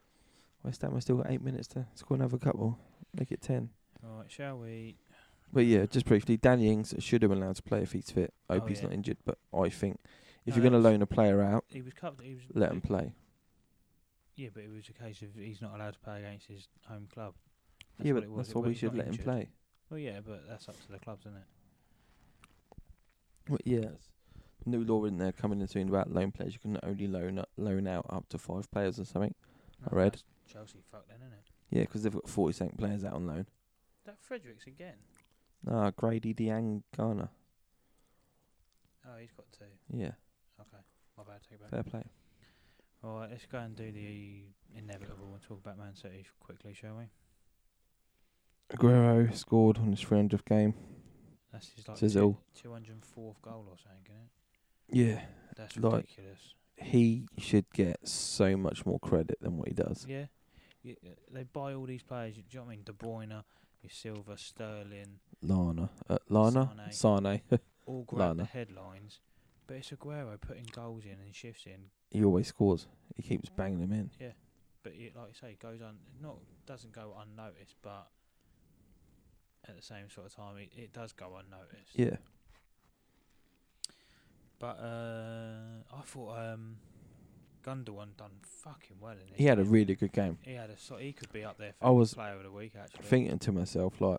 West Ham have still got eight minutes to score another couple, make it ten.
Right, shall we?
But yeah, just briefly, Danny Ings should have been allowed to play if he's fit. I hope
Oh,
he's
yeah.
not injured, but I think if
No,
you're going to
that's-
loan a player out,
He was covered. He was.
let him play.
Yeah, but it was a case of he's not allowed to play against his home club.
yeah,
what
but
it was.
that's
It
why
wa-
we
he
should
got
let
injured.
him play.
Well, yeah, but that's up to the clubs, isn't it?
But yeah, it's new law in there coming in soon about loan players. You can only loan loan out up to five players or something. I read.
that's Chelsea fucked then, isn't it?
Yeah, because they've got forty something players out on loan.
That Fredericks again.
Ah, Grady Diangana.
Oh, he's got two.
Yeah,
My bad, take it back.
fair play.
All right, let's go and do the inevitable and talk about Man City quickly, shall we?
Aguero scored on his 300th game.
That's his like
Sizzle.
two hundred and fourth goal or something, isn't it?
Yeah,
That's
Like-
ridiculous.
he should get so much more credit than what he does.
Yeah. Y- uh, they buy all these players. You, do you know what I mean? De Bruyne, your Silva, Sterling,
Lana, uh, Lana, Sane.
all grab the
Lana.
headlines. But it's Aguero putting goals in and shifts in.
he always scores. He keeps banging them in.
But it, like I say, goes on not doesn't go unnoticed, but at the same sort of time, it, it does go unnoticed.
Yeah.
But uh, I thought um, Gundogan done fucking well in this.
He had a
game.
really good game.
he had a so he could be up there for
I was
player of the week actually.
Thinking to myself, like,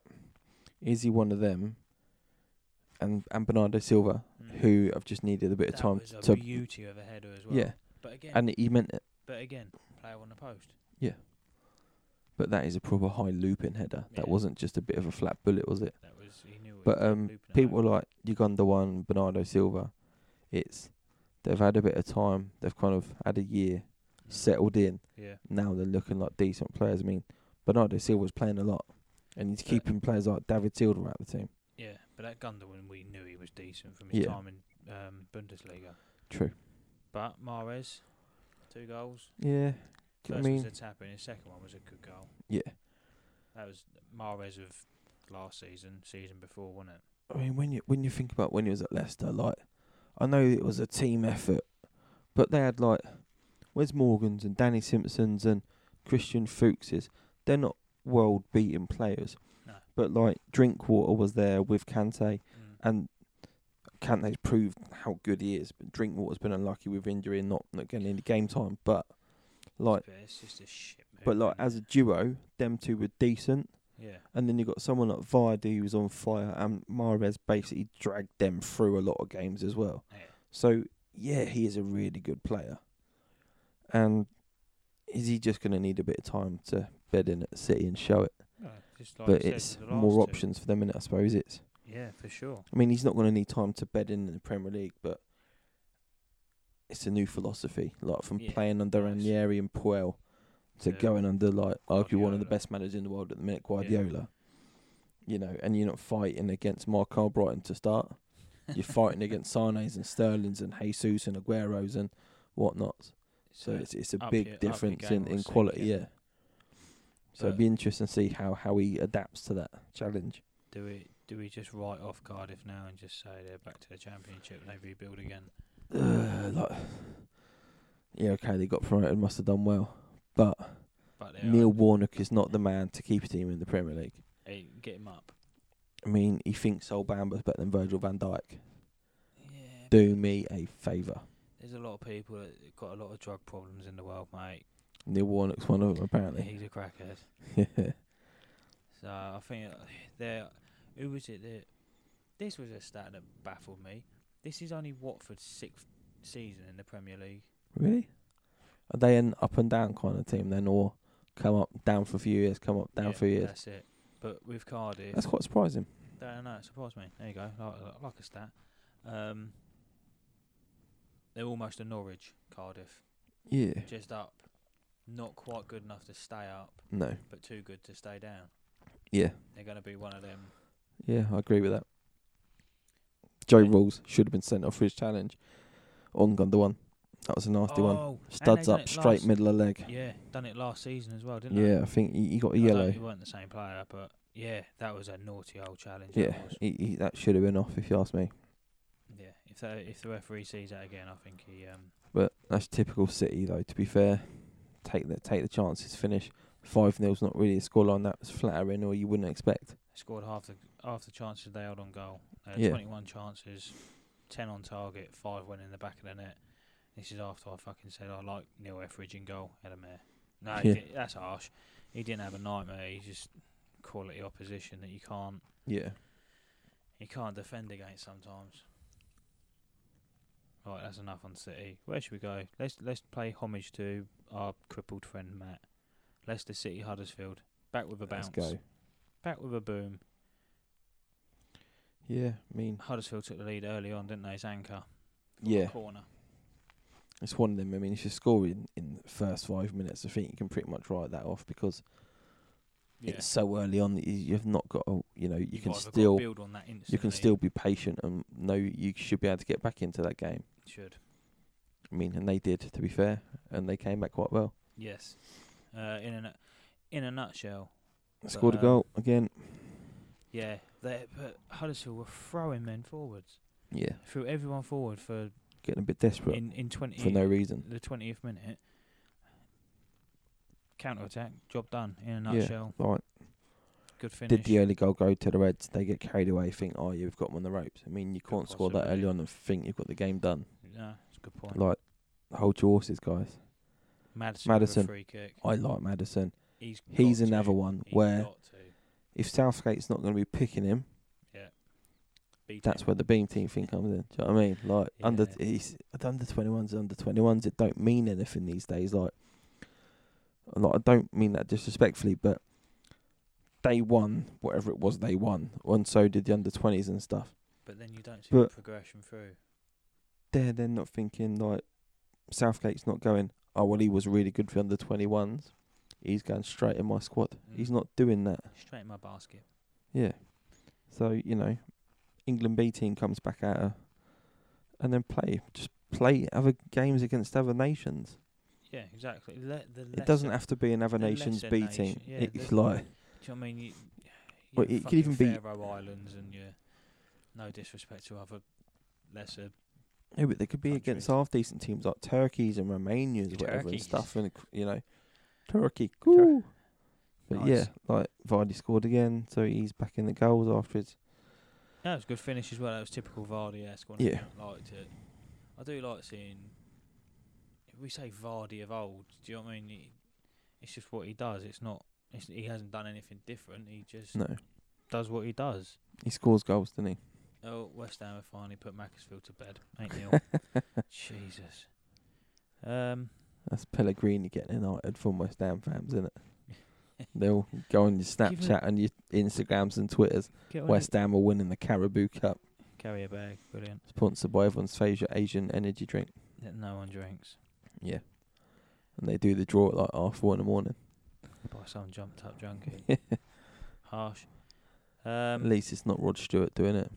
is he one of them? And and Bernardo Silva,
Mm.
who I've just needed a bit
that
of time
was
to,
a
to
beauty of a header as well.
yeah,
but again,
and he meant it.
but again, player on the post.
But that is a proper high looping header. That
Yeah.
wasn't just a bit of a flat bullet, was it?
That was he knew. What
But
he was
um,
looping at
people
home.
like Uganda one, Bernardo Silva, it's they've had a bit of time. They've kind of had a year
Mm.
settled in.
Yeah,
now they're looking like decent players. I mean, Bernardo Silva's playing a lot, and he's
But-
keeping players like David Silva out of the team.
yeah. But that Gundogan, we knew he was decent from his
Yeah.
time in um, Bundesliga.
True.
But Mares, two goals.
Yeah. Do you know what I
First was
mean,
a tap in. His second one was a good goal.
yeah.
That was Mares of last season, season before, wasn't it?
I mean, when you when you think about when he was at Leicester, like I know it was a team effort, but they had like Wes Morgan's and Danny Simpson's and Christian Fuchs's. They're not world beating players,
No.
but like Drinkwater was there with
Mm.
Kante, and Kante's proved how good he is. But Drinkwater's been unlucky with injury and not, not getting any game time. But like,
But it's just a shit move.
but like
isn't
as a
it?
duo, them two were decent.
yeah,
And then you got someone like Vardy who was on fire, and Mares basically dragged them through a lot of games as well.
yeah,
So yeah, he is a really good player. And is he just going to need a bit of time to bed in at City and show it?
No, just like I
but
said
it's
with the last
more
two.
options for them, and I suppose it's.
Yeah, for sure.
I mean, he's not going to need time to bed in in the Premier League, but it's a new philosophy, like from
Yeah,
playing under
nice.
Ranieri and Puel to
To
going under like arguably one of the
Guardiola.
best managers in the world at the minute, Guardiola. You know, and you're not fighting against Mark Albrighton to start. You're fighting against Sane's and Sterling's and Jesus and Aguero's and whatnot. So it's it's a
up
big
your- up your
difference
game
in,
or
in
sink,
quality,
yeah.
yeah. So it'd
But-
be interesting to see how, how he adapts to that challenge.
do we do we just write off Cardiff now and just say they're back to the Championship and they rebuild again?
uh, like, yeah, okay, they got promoted, must have done well, but
But they're
Neil Warnock is not the man to keep a team in the Premier League.
hey, get him up.
I mean, he thinks Sol Bamba's better than Virgil Van Dijk.
Yeah,
Do me a favour.
there's a lot of people that got a lot of drug problems in the world, mate.
Neil Warnock's one of them, apparently.
He's a crackhead.
yeah,
So I think uh, there. Who was it that? This was a stat that baffled me. This is only Watford's sixth season in the Premier League.
really? Are they an up and down kind of team then, or come up down for a few years, come up down
Yeah,
for years?
That's it. But with Cardiff,
That's quite surprising.
I don't know. It surprised me. There you go. Like, like a stat. Um, they're almost a Norwich, Cardiff.
Yeah.
Just up. Not quite good enough to stay up,
No.
but too good to stay down.
Yeah.
They're going to be one of them.
Yeah, I agree with that. Joe
Yeah.
Rules should have been sent off for his challenge on Gundogan. That was a nasty one.
Oh, and
Studs
they done
up
it
straight
last-
middle of leg.
Yeah, done it last season as well, didn't
Yeah,
they?
I think he, he got a
I know
yellow.
It weren't the same player, but yeah, that was a naughty old challenge. that
Yeah,
was.
he, he, that should have been off if you ask me.
yeah. If that, if the referee sees that again, I think he um
But that's typical City though. To be fair, take the take the chances. Finish five 0s not really a scoreline that was flattering or you wouldn't expect.
scored half the half the chances they held on goal. Uh,
Yeah.
21 chances, 10 on target, five went in the back of the net. This is after I fucking said I like Neil Etheridge in goal had a mare. No, he
Yeah.
di- that's harsh. He didn't have a nightmare. He's just quality opposition that you can't
Yeah,
you can't defend against sometimes. Right, that's enough on City. Where should we go? Let's let's play homage to our crippled friend Matt. Leicester City Huddersfield. Back with a bounce.
let's go.
Back with a boom.
Yeah, I mean,
Huddersfield took the lead early on, didn't they? Zanka.
yeah,
Corner.
it's one of them. I mean, if you score in in the first five minutes, I think you can pretty much write that off because
Yeah.
it's so early on that you, you've not got. A, you know, you
You've
can
either got to
still
build on that instantly.
you can still be patient and know you should be able to get back into that game.
should.
I mean, and they did. To be fair, and they came back quite well.
Yes. Uh, in a nu- in a nutshell. But,
Scored a
um,
goal again.
Yeah. They but Huddersfield were throwing men forwards.
Yeah,
Threw everyone forward for
getting a bit desperate
in, in twenty
for no reason.
the twentieth minute. Counter attack, job done in a
Yeah.
nutshell.
Right.
Good finish.
Did the uh, early goal go to the Reds? They get carried away, think, oh, you've got them on the ropes. I mean, you
Good
can't score that early
possibility.
on and think you've got the game done.
no, it's a good point.
Like, hold your horses, guys.
Madison, with a
Maddison.
free kick.
I like Madison.
He's
He's
got to.
another one
He's
where
got to.
if Southgate's not going to be picking him,
Beat
that's
him.
where the beam team thing comes in. Do you know what I mean? Like under
Yeah.
he's under twenty ones, under twenty ones. It don't mean anything these days. Like, like I don't mean that disrespectfully, but they won whatever it was they won, and so did the under twenties and stuff.
But then you don't see
But-
the progression through.
they're then not thinking like Southgate's not going, oh well he was really good for under twenty ones. He's going straight in my squad. He's
Mm.
not doing that.
Straight in my basket.
Yeah. So, you know, England B team comes back out of, and then play. Just play other games against other nations.
Yeah, exactly. Le- the
it doesn't
lesser-
have to be another
the
nations
lesser
B
nation-
team.
yeah,
it's
the- Do
like
you know what I mean? You,
Well,
your
it could even
fucking
be-
Faroe Islands and your no disrespect to other lesser.
no, but they could be against half decent teams like Turkeys and Romanians or whatever and
Turkeys.
stuff and you know Turkey.
Tur-
Cool. But
Nice.
yeah, like Vardy scored again, so he's back in the goals after his
No, it was a good finish as well. That was typical Vardy esque.
Yeah.
liked it. I do like seeing. If we say Vardy of old, do you know what I mean? He, it's just what he does. It's not. It's, he hasn't done anything different. He just
No,
does what he does.
he scores goals, doesn't he?
Oh, West Ham have finally put Macclesfield to bed. Ain't nil. Jesus. Um.
That's Pellegrini getting United from West Ham fans, isn't it? They'll go on your Snapchat and your Instagrams and Twitters.
Get on your
West Ham are winning the Caribou Cup,
Carrier bag, brilliant.
sponsored by everyone's favourite Asian energy drink.
That no one drinks.
Yeah, and they do the draw at like half four in the morning.
By some jumped up junkie. Harsh. Um,
at least it's not Rod Stewart doing it.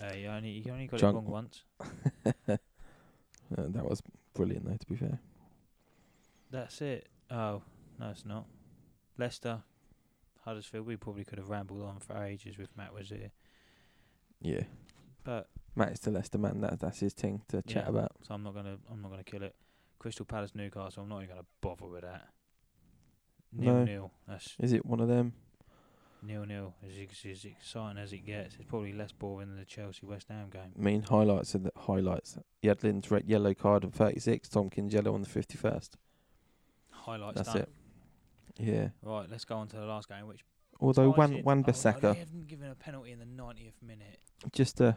uh, you only you only got
Junk-
it wrong once.
Uh, that was brilliant, though. To be fair,
That's it. Oh no, it's not. Leicester, Huddersfield. We probably could have rambled on for ages with Matt was here,
yeah.
but
Matt's the Leicester man. That that's his thing to chat
Yeah.
about.
so I'm not gonna I'm not gonna kill it. Crystal Palace, Newcastle. I'm not even gonna bother with that. Nil
No.
nil. That's
Is it one of them?
nil nil. As, ex- as exciting as it gets, it's probably less boring than the Chelsea West Ham game.
I mean, highlights of the highlights. Yedlin's red yellow card on 36, Tompkins yellow on the 51st.
Highlights
That's
done.
it. Yeah.
Right, let's go on to the last game, which
Although
ties
Wan
it-
Wan
oh,
Bissaka,
they haven't given a penalty in the 90th minute.
just uh,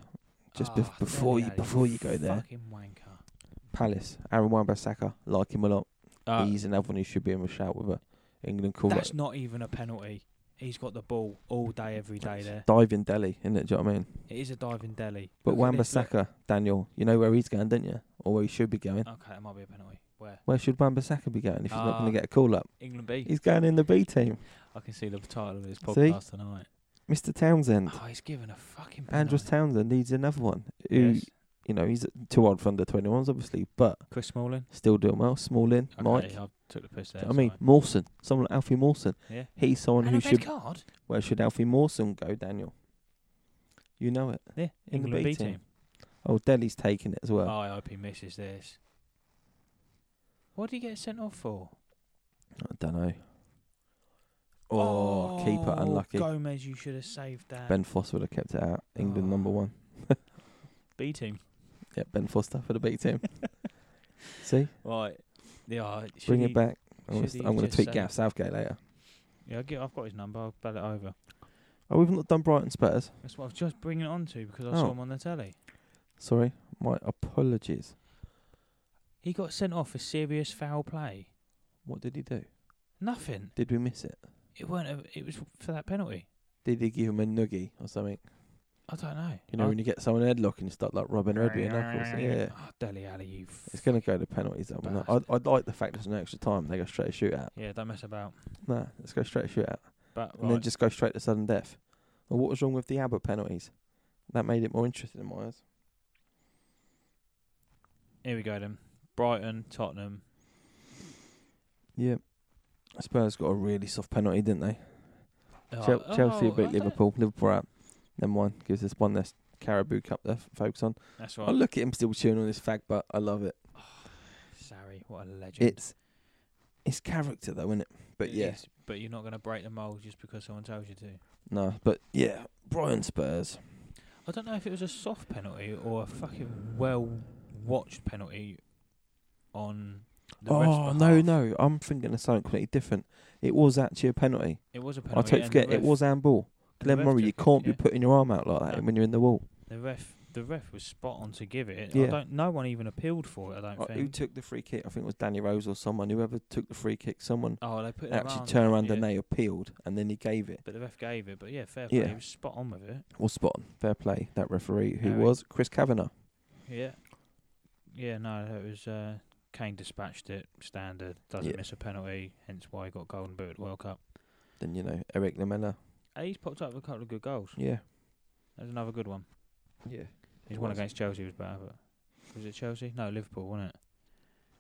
just
Ah,
bef- before you
Dele Alli,
before you go there,
fucking wanker.
Palace, Aaron Wan Bissaka, like him a lot.
Uh,
He's another one who should be in with shout with a England call.
that's not even a penalty. He's got the ball all day, every day there.
Diving Delhi, isn't it? Do you know what I mean?
It is a dive in Delhi.
But
Look at this, look.
Wambasaka, Daniel, you know where he's going, don't you? Or where he should be going.
Okay, it might be a penalty. Where?
Where should Wambasaka be going if he's not
Ah.
going to get a call up?
England B.
He's going in the B team.
I can see the title of his podcast tonight.
Mr. Townsend,
Oh, he's given a fucking penalty.
Andrews Townsend needs another one. Who,
Yes.
you know, he's too old for under 21s, obviously, but
Chris Smalling.
still doing well. Smalling,
Okay,
Mike.
I took the piss
Do
there.
you know what I mean,
sorry.
Mawson, someone like Alfie Mawson.
yeah.
He's someone
And
who
a red
should.
card.
Where should Alfie Mawson go, Daniel? You know it.
Yeah,
England
England,
B
B
team.
team.
Oh, Delhi's taking it as well.
Oh, I hope he misses this. What did he get sent off for?
I don't know. Oh, keeper
Oh,
unlucky.
Gomez, you should have saved that.
Ben Foster would have kept it out. England
Oh.
number one.
B team.
Yeah, Ben Foster for the B team. See,
Right. Yeah. I- should
bring
he-
it back. I'm gonna,
should
st-
he
I'm gonna
just
tweet
say-
Gaff Southgate later.
Yeah, I'll get, I've got his number. I'll bell it over.
Oh, we've not done Brighton Spurs.
That's what I was just bringing it on to because I
Oh.
saw him on the telly.
Sorry, my apologies.
He got sent off for serious foul play.
What did he do?
Nothing.
Did we miss it?
It weren't. A, it was for that penalty.
Did he give him a noogie or something?
I don't know.
You know, when you get someone headlock and you start like rubbing red with your knuckles. Yeah,
Oh, Deli Alley, you.
it's gonna go to penalties. That one. I'd,
Bastard.
I'd like the fact there's an extra time. They go straight to shoot out.
yeah, don't mess about.
Nah, let's go straight to shoot out.
But
and then
right.
just go straight to sudden death. Well, what was wrong with the Abbott penalties? That made it more interesting in my eyes.
here we go then. Brighton, Tottenham.
Yeah. Spurs got a really soft penalty, didn't they?
Oh,
Chel- Chelsea
oh, I
beat
don't-
Liverpool. Liverpool out. Then one gives us one less Caribou Cup to f- focus on.
That's
I
right.
look at him still chewing on his fag, but I love it.
Sorry, what a legend.
It's it's character though, isn't it? But
It
yeah,
is, but you're not going to break the mold just because someone tells you to.
no, but yeah, Brian Spurs.
I don't know if it was a soft penalty or a fucking well watched penalty on the
oh
ref's
no,
behalf.
no, I'm thinking of something completely different. It was actually a penalty.
It was a
I
penalty.
totally
and
forget.
the
It
ref-
was handball.
and the
Glenn
ref
Murray, you
took it,
can't
yeah.
be putting your arm out like that
No.
when you're in the wall.
The ref, the ref was spot on to give it.
Yeah.
I don't. No one even appealed for it. I don't
Uh, who
think.
took the free kick? I think it was Danny Rose or someone. Whoever took the free kick, someone
Oh, they put their
actually
arms
turned
up,
around and
yeah.
they appealed, and then he gave it.
But the ref gave it. But yeah, fair play.
Yeah.
He was spot on with it.
Well, spot on. Fair play. That referee, who
Eric.
was Chris Kavanagh.
Yeah. Yeah. No, it was. Uh, Kane dispatched it. Standard. Doesn't
Yeah.
miss a penalty. Hence why he got golden boot at World Cup.
Then you know Eric Lamela.
Hey, he's popped up with a couple of good goals.
Yeah,
There's another good one.
yeah.
His one
Was.
against Chelsea was better, but was it Chelsea? No, Liverpool, wasn't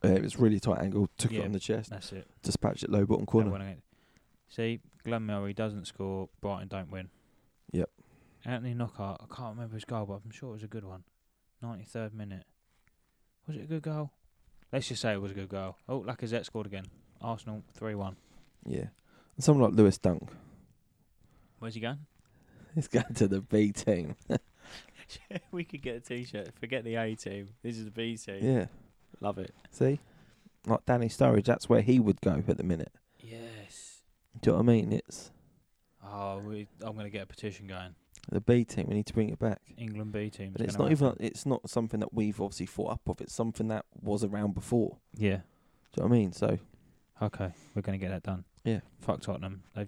it?
it was really tight angle. Took it
Yeah.
on the chest,
That's it.
dispatched it low bottom
That
corner.
one against. See, Glenn Murray doesn't score. Brighton don't win.
Yep.
Anthony Knockhart, I can't remember his goal, but I'm sure it was a good one. 93rd minute. Was it a good goal? Let's just say it was a good goal. Oh, Lacazette scored again. Arsenal 3 1.
Yeah, and someone like Lewis Dunk.
Where's he going?
He's going to the B team.
we could get a t shirt. Forget the A team. This is the B team.
Yeah,
Love it.
see, like Danny Sturridge, that's where he would go at the minute.
Yes.
Do you know what I mean? It's
Oh, we, I'm going to get a petition going.
the B team. We need to bring it back.
England B team.
But it's not even it's not something that we've obviously thought up of. It's something that was around before.
Yeah.
Do you know what I mean? So
Okay, we're going to get that done.
Yeah.
Fuck Tottenham. They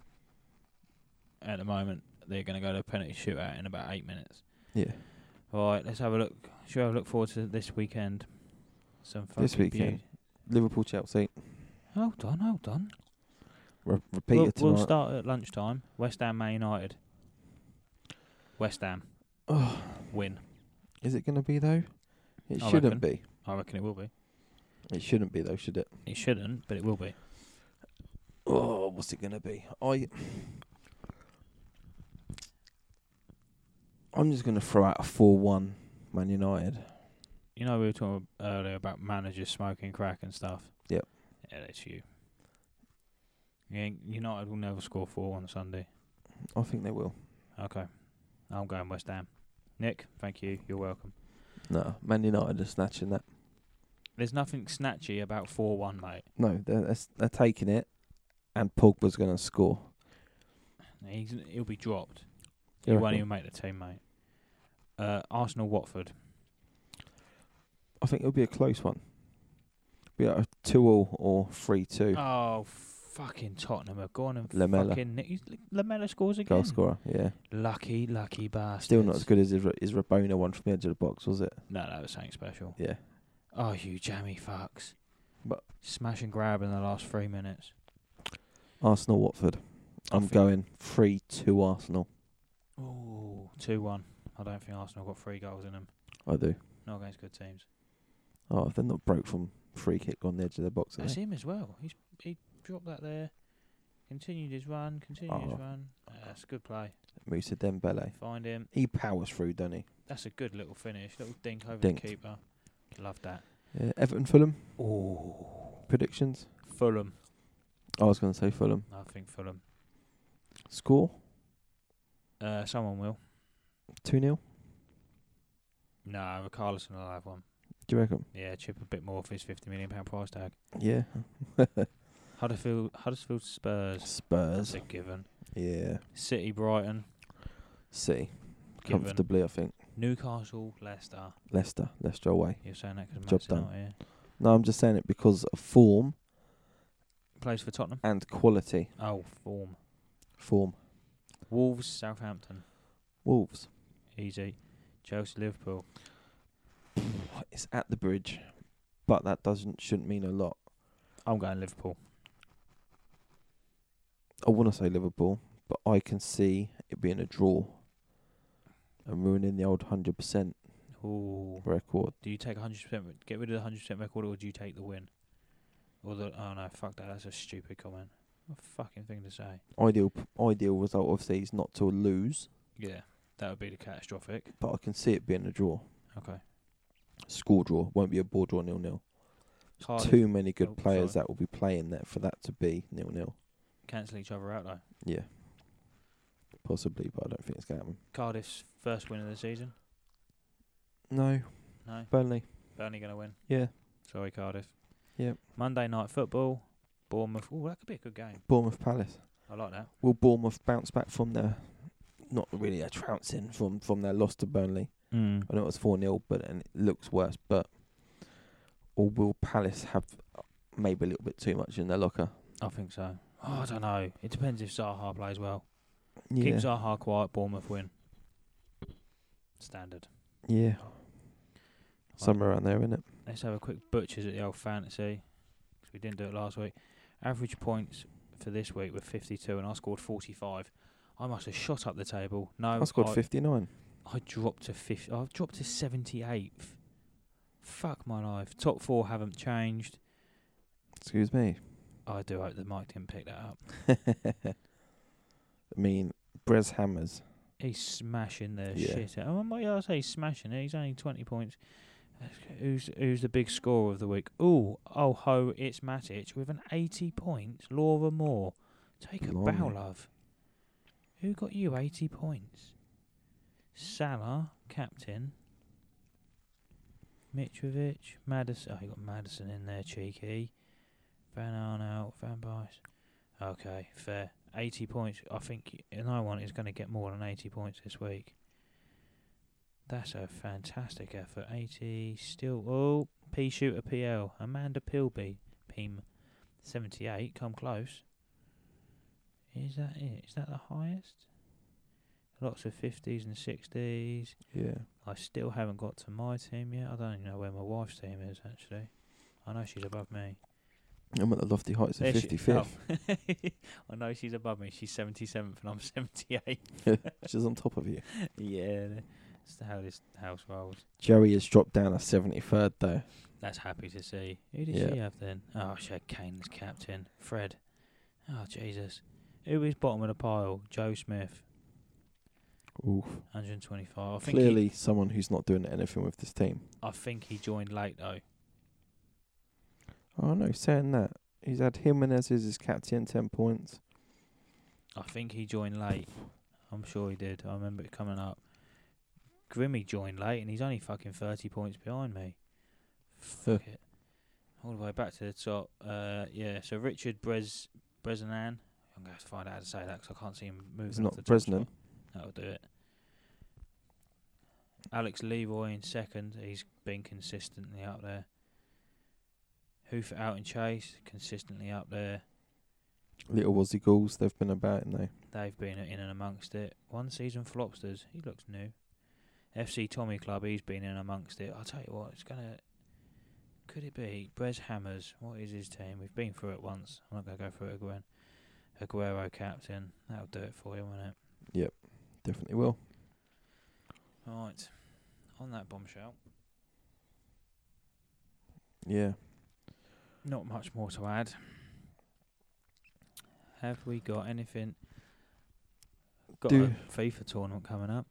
at the moment they're going to go to a penalty shootout in about eight minutes.
yeah,
All right, let's have a look. Should we have a look forward to this weekend? Some fucking
This weekend.
beaut-
Liverpool Chelsea
Hold on, hold on.
Re- repeated
We'll,
tonight.
we'll start at lunchtime. West Ham, Man United. West Ham
Oh,
win.
is it going to be though? It
I
shouldn't
reckon.
be.
I reckon it will be.
It shouldn't be though, should it?
It shouldn't, but it will be.
Oh, what's it going to be? I I'm just going to throw out a four-one Man United.
You know, we were talking earlier about managers smoking crack and stuff.
Yep.
Yeah, that's you. Yeah, United will never score four on Sunday.
I think they will.
Okay. I'm going West Ham. Nick, thank you. You're welcome.
No, Man United are snatching that.
There's nothing snatchy about 4 1, mate.
No, they're they're, s- they're taking it, and Pogba's going to score.
He's, he'll be dropped. he
You
won't
reckon?
even make the team, mate. Uh, Arsenal Watford.
I think it'll be a close one. be at a two all or three two.
Oh, fucking Tottenham have gone and
Lamella.
fucking nicked- Lamella scores again.
Goal scorer, yeah.
Lucky, lucky bastard.
Still not as good as his, his Rabona one from the edge of the box, was it?
No, that was something special.
Yeah.
Oh, you jammy fucks.
But-
smash and grab in the last three minutes.
Arsenal Watford.
I
I'm
think-
going three two Arsenal.
Ooh, two one. I don't think Arsenal got three goals in them.
I do.
Not against good teams.
Oh, they're not broke from free kick on the edge of their box. are
That's
they?
him as well. He's he dropped that there. Continued his run. Continued his
Oh.
run. That's a good play.
Moussa Dembele.
Find him.
He powers through, doesn't he?
That's a good little finish. Little dink over
Dinked.
the keeper. Love that.
Yeah. Everton Fulham
Ooh.
predictions.
Fulham.
I was going to say Fulham
I think Fulham.
score
Uh, someone will.
two 0
No, Ricarlison will have one.
Do you reckon?
Yeah, chip a bit more for his fifty million pound price tag.
Yeah.
Huddersfield, Huddersfield Spurs. That's
Spurs.
a given.
Yeah.
City, Brighton,
City
given.
comfortably, I think.
Newcastle, Leicester.
Leicester. Leicester away.
You're saying that because
Job
Matt's
done.
not here.
No, I'm just saying it because of form
Plays for Tottenham.
and quality.
Oh, form.
Form.
Wolves, Southampton.
Wolves.
Easy. Chelsea, Liverpool.
It's at the bridge, but that doesn't shouldn't mean a lot.
I'm going Liverpool.
I want to say Liverpool, but I can see it being a draw and ruining the old hundred percent
Ooh.
record.
Do you take 100% re- get rid of the 100% record or do you take the win? Or the oh no, fuck that. That's a stupid comment. What a fucking thing to say.
Ideal p- ideal result obviously is not to lose,
Yeah. That would be the catastrophic.
but I can see it being a draw.
Okay.
Score draw won't be a ball draw nil nil.
Cardiff
Too many good
Oh,
players
sorry.
that will be playing there for that to be nil nil.
cancel each other out though.
Yeah, possibly, but I don't think it's gonna happen.
Cardiff's first win of the season.
No,
No.
Burnley.
Burnley going to win.
Yeah,
Sorry, Cardiff.
Yep.
Monday night football. Bournemouth. Oh, that could be a good game.
Bournemouth Palace.
I like that.
Will Bournemouth bounce back from their not really a trouncing from from their loss to Burnley?
Mm.
I know it was 4 0, but and it looks worse. But or will Palace have maybe a little bit too much in their locker?
I think so. Oh, I don't know. It depends if Zaha plays well. Keep
Yeah,
Zaha quiet. Bournemouth win. Standard.
yeah, somewhere around there, isn't it?
Let's have a quick butchers at the old fantasy 'cause we didn't do it last week. Average points for this week were 52, and I scored 45. I must have shot up the table. No,
I scored 59.
I dropped to fifth. I've dropped to seventy eighth. Fuck my life. Top four haven't changed.
Excuse me.
I do hope that Mike didn't pick that up.
I mean, Brez Hammers.
He's smashing the
Yeah.
shit out. Oh my God, I say he's smashing it. He's only twenty points. Who's who's the big scorer of the week? Ooh, oh ho, it's Matic with an eighty points. Laura Moore, take a bow,
Blimey.
love. Who got you eighty points? Salah, captain. Mitrovic, Madison. Oh, you got Madison in there, cheeky. Van Arnout, Van Bice. Okay, fair. 80 points. I think y- no one is going to get more than 80 points this week. That's a fantastic effort. 80 still. Oh, P shooter PL. Amanda Pilby. Pim 78. Come close. Is that it? Is that the highest? Lots of 50s and 60s.
Yeah.
I still haven't got to my team yet. I don't even know where my wife's team is actually. I know she's above me.
I'm at the lofty heights of
There she-
55th.
oh. I know she's above me. She's 77th and I'm 78.
She's on top of you.
yeah, that's how this house rolls.
Joey has dropped down to 73rd, though.
That's happy to see. Who did
Yeah.
she have then? Oh, she had Kane as captain. Fred. Oh, Jesus. Who is bottom of the pile? Joe Smith.
Oof.
125. I think He,
Clearly, someone who's not doing anything with this team.
I think he joined late though.
Oh no, saying that he's had Jimenez as his captain, ten points.
I think he joined late. I'm sure he did. I remember it coming up. Grimmy joined late, and he's only fucking 30 points behind me. Fuck it. All the way back to the top. Uh, yeah, so Richard Brez Brezinan. I'm going to have to find out how to say that 'cause I can't see him moving.
It's
off
not
the top
Bresnan.
spot. That'll do it. Alex Leroy in second. He's been consistently up there. Who Hoof it out and chase, consistently up there.
Little Wazzy Ghouls, they've been about and they
They've been in and amongst it. One season Flopsters, he looks new. FC Tommy Club, he's been in amongst it. I'll tell you what, it's gonna. Could it be Brez Hammers? What is his team? We've been through it once. I'm not gonna go through it again. Aguero captain, that'll do it for you, won't it?
definitely will.
Right. On that bombshell,
Yeah.
not much more to add. Have we got anything? Got
Do-
a FIFA tournament coming up.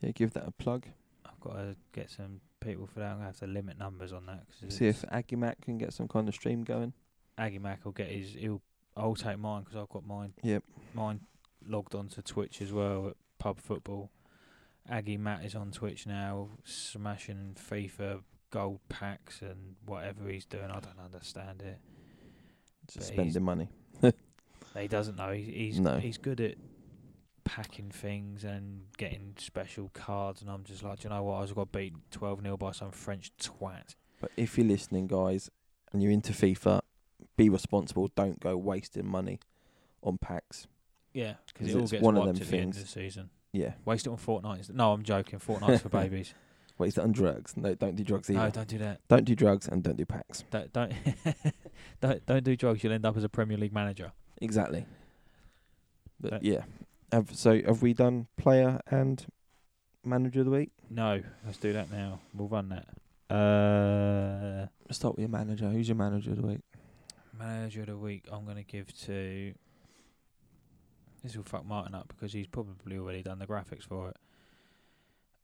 Yeah, give that a plug.
I've got to get some people for that. I'm gonna have to limit numbers on that. Cause
See if Agimac can get some kind of stream going.
Aggie Mac will get his. He'll. I'll take mine 'cause I've got mine.
Yep.
Mine logged onto Twitch as well at Pub Football. Aggie Matt is on Twitch now, smashing FIFA gold packs and whatever he's doing. I don't understand it.
Just
But he's-
spending money.
He doesn't know. He's he's,
No.
he's good at packing things and getting special cards, and I'm just like, do you know what? I was got beat twelve 0 by some French twat.
But if you're listening, guys, and you're into FIFA, be responsible. Don't go wasting money on packs.
Yeah,
'Cause
because it all
it's
gets
one of
wiped
them
at the end of
things.
the season.
Yeah.
Waste it on Fortnite. No, I'm joking. Fortnite's for babies.
Waste it on drugs. No, don't do drugs either.
No, don't do that.
don't do drugs and don't do packs.
Don't don't don't, don't do drugs. You'll end up as a Premier League manager.
Exactly. But
That-
yeah. Have, so have we done player and manager of the week?
No, let's do that now. We'll run that. Uh,
Let's start with your manager. Who's your manager of the week?
manager of the week. I'm gonna give to. This will fuck Martin up because he's probably already done the graphics for it.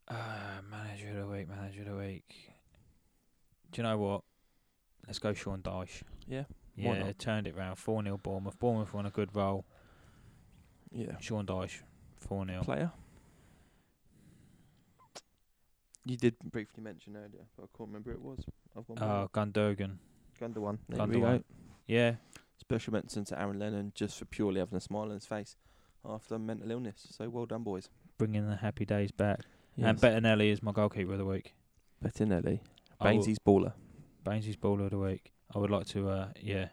Uh, manager of the week. Manager of the week. Do you know what? Let's go Sean Dyche.
Yeah, why
Yeah,
not?
turned it round. 4 0 Bournemouth. Bournemouth won a good roll.
Yeah.
Sean Dyche, 4 0.
Player. You did briefly mention earlier, but I can't remember who it was. I've gone.
Uh, Gundogan.
Gundogan. There we
Gundogan.
go.
Yeah,
Special mention to Aaron Lennon just for purely having a smile on his face after mental illness. So well done, boys.
bringing the happy days back. And Bettinelli is my goalkeeper of the week.
Bettinelli.
I will-
Bainesy's baller.
Bainesy's baller of the week. I would like to, uh, yeah,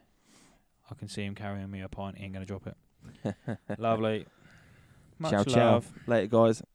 I can see him carrying me a pint. He ain't going to drop it. Lovely. Much
ciao,
love.
ciao. Later, guys.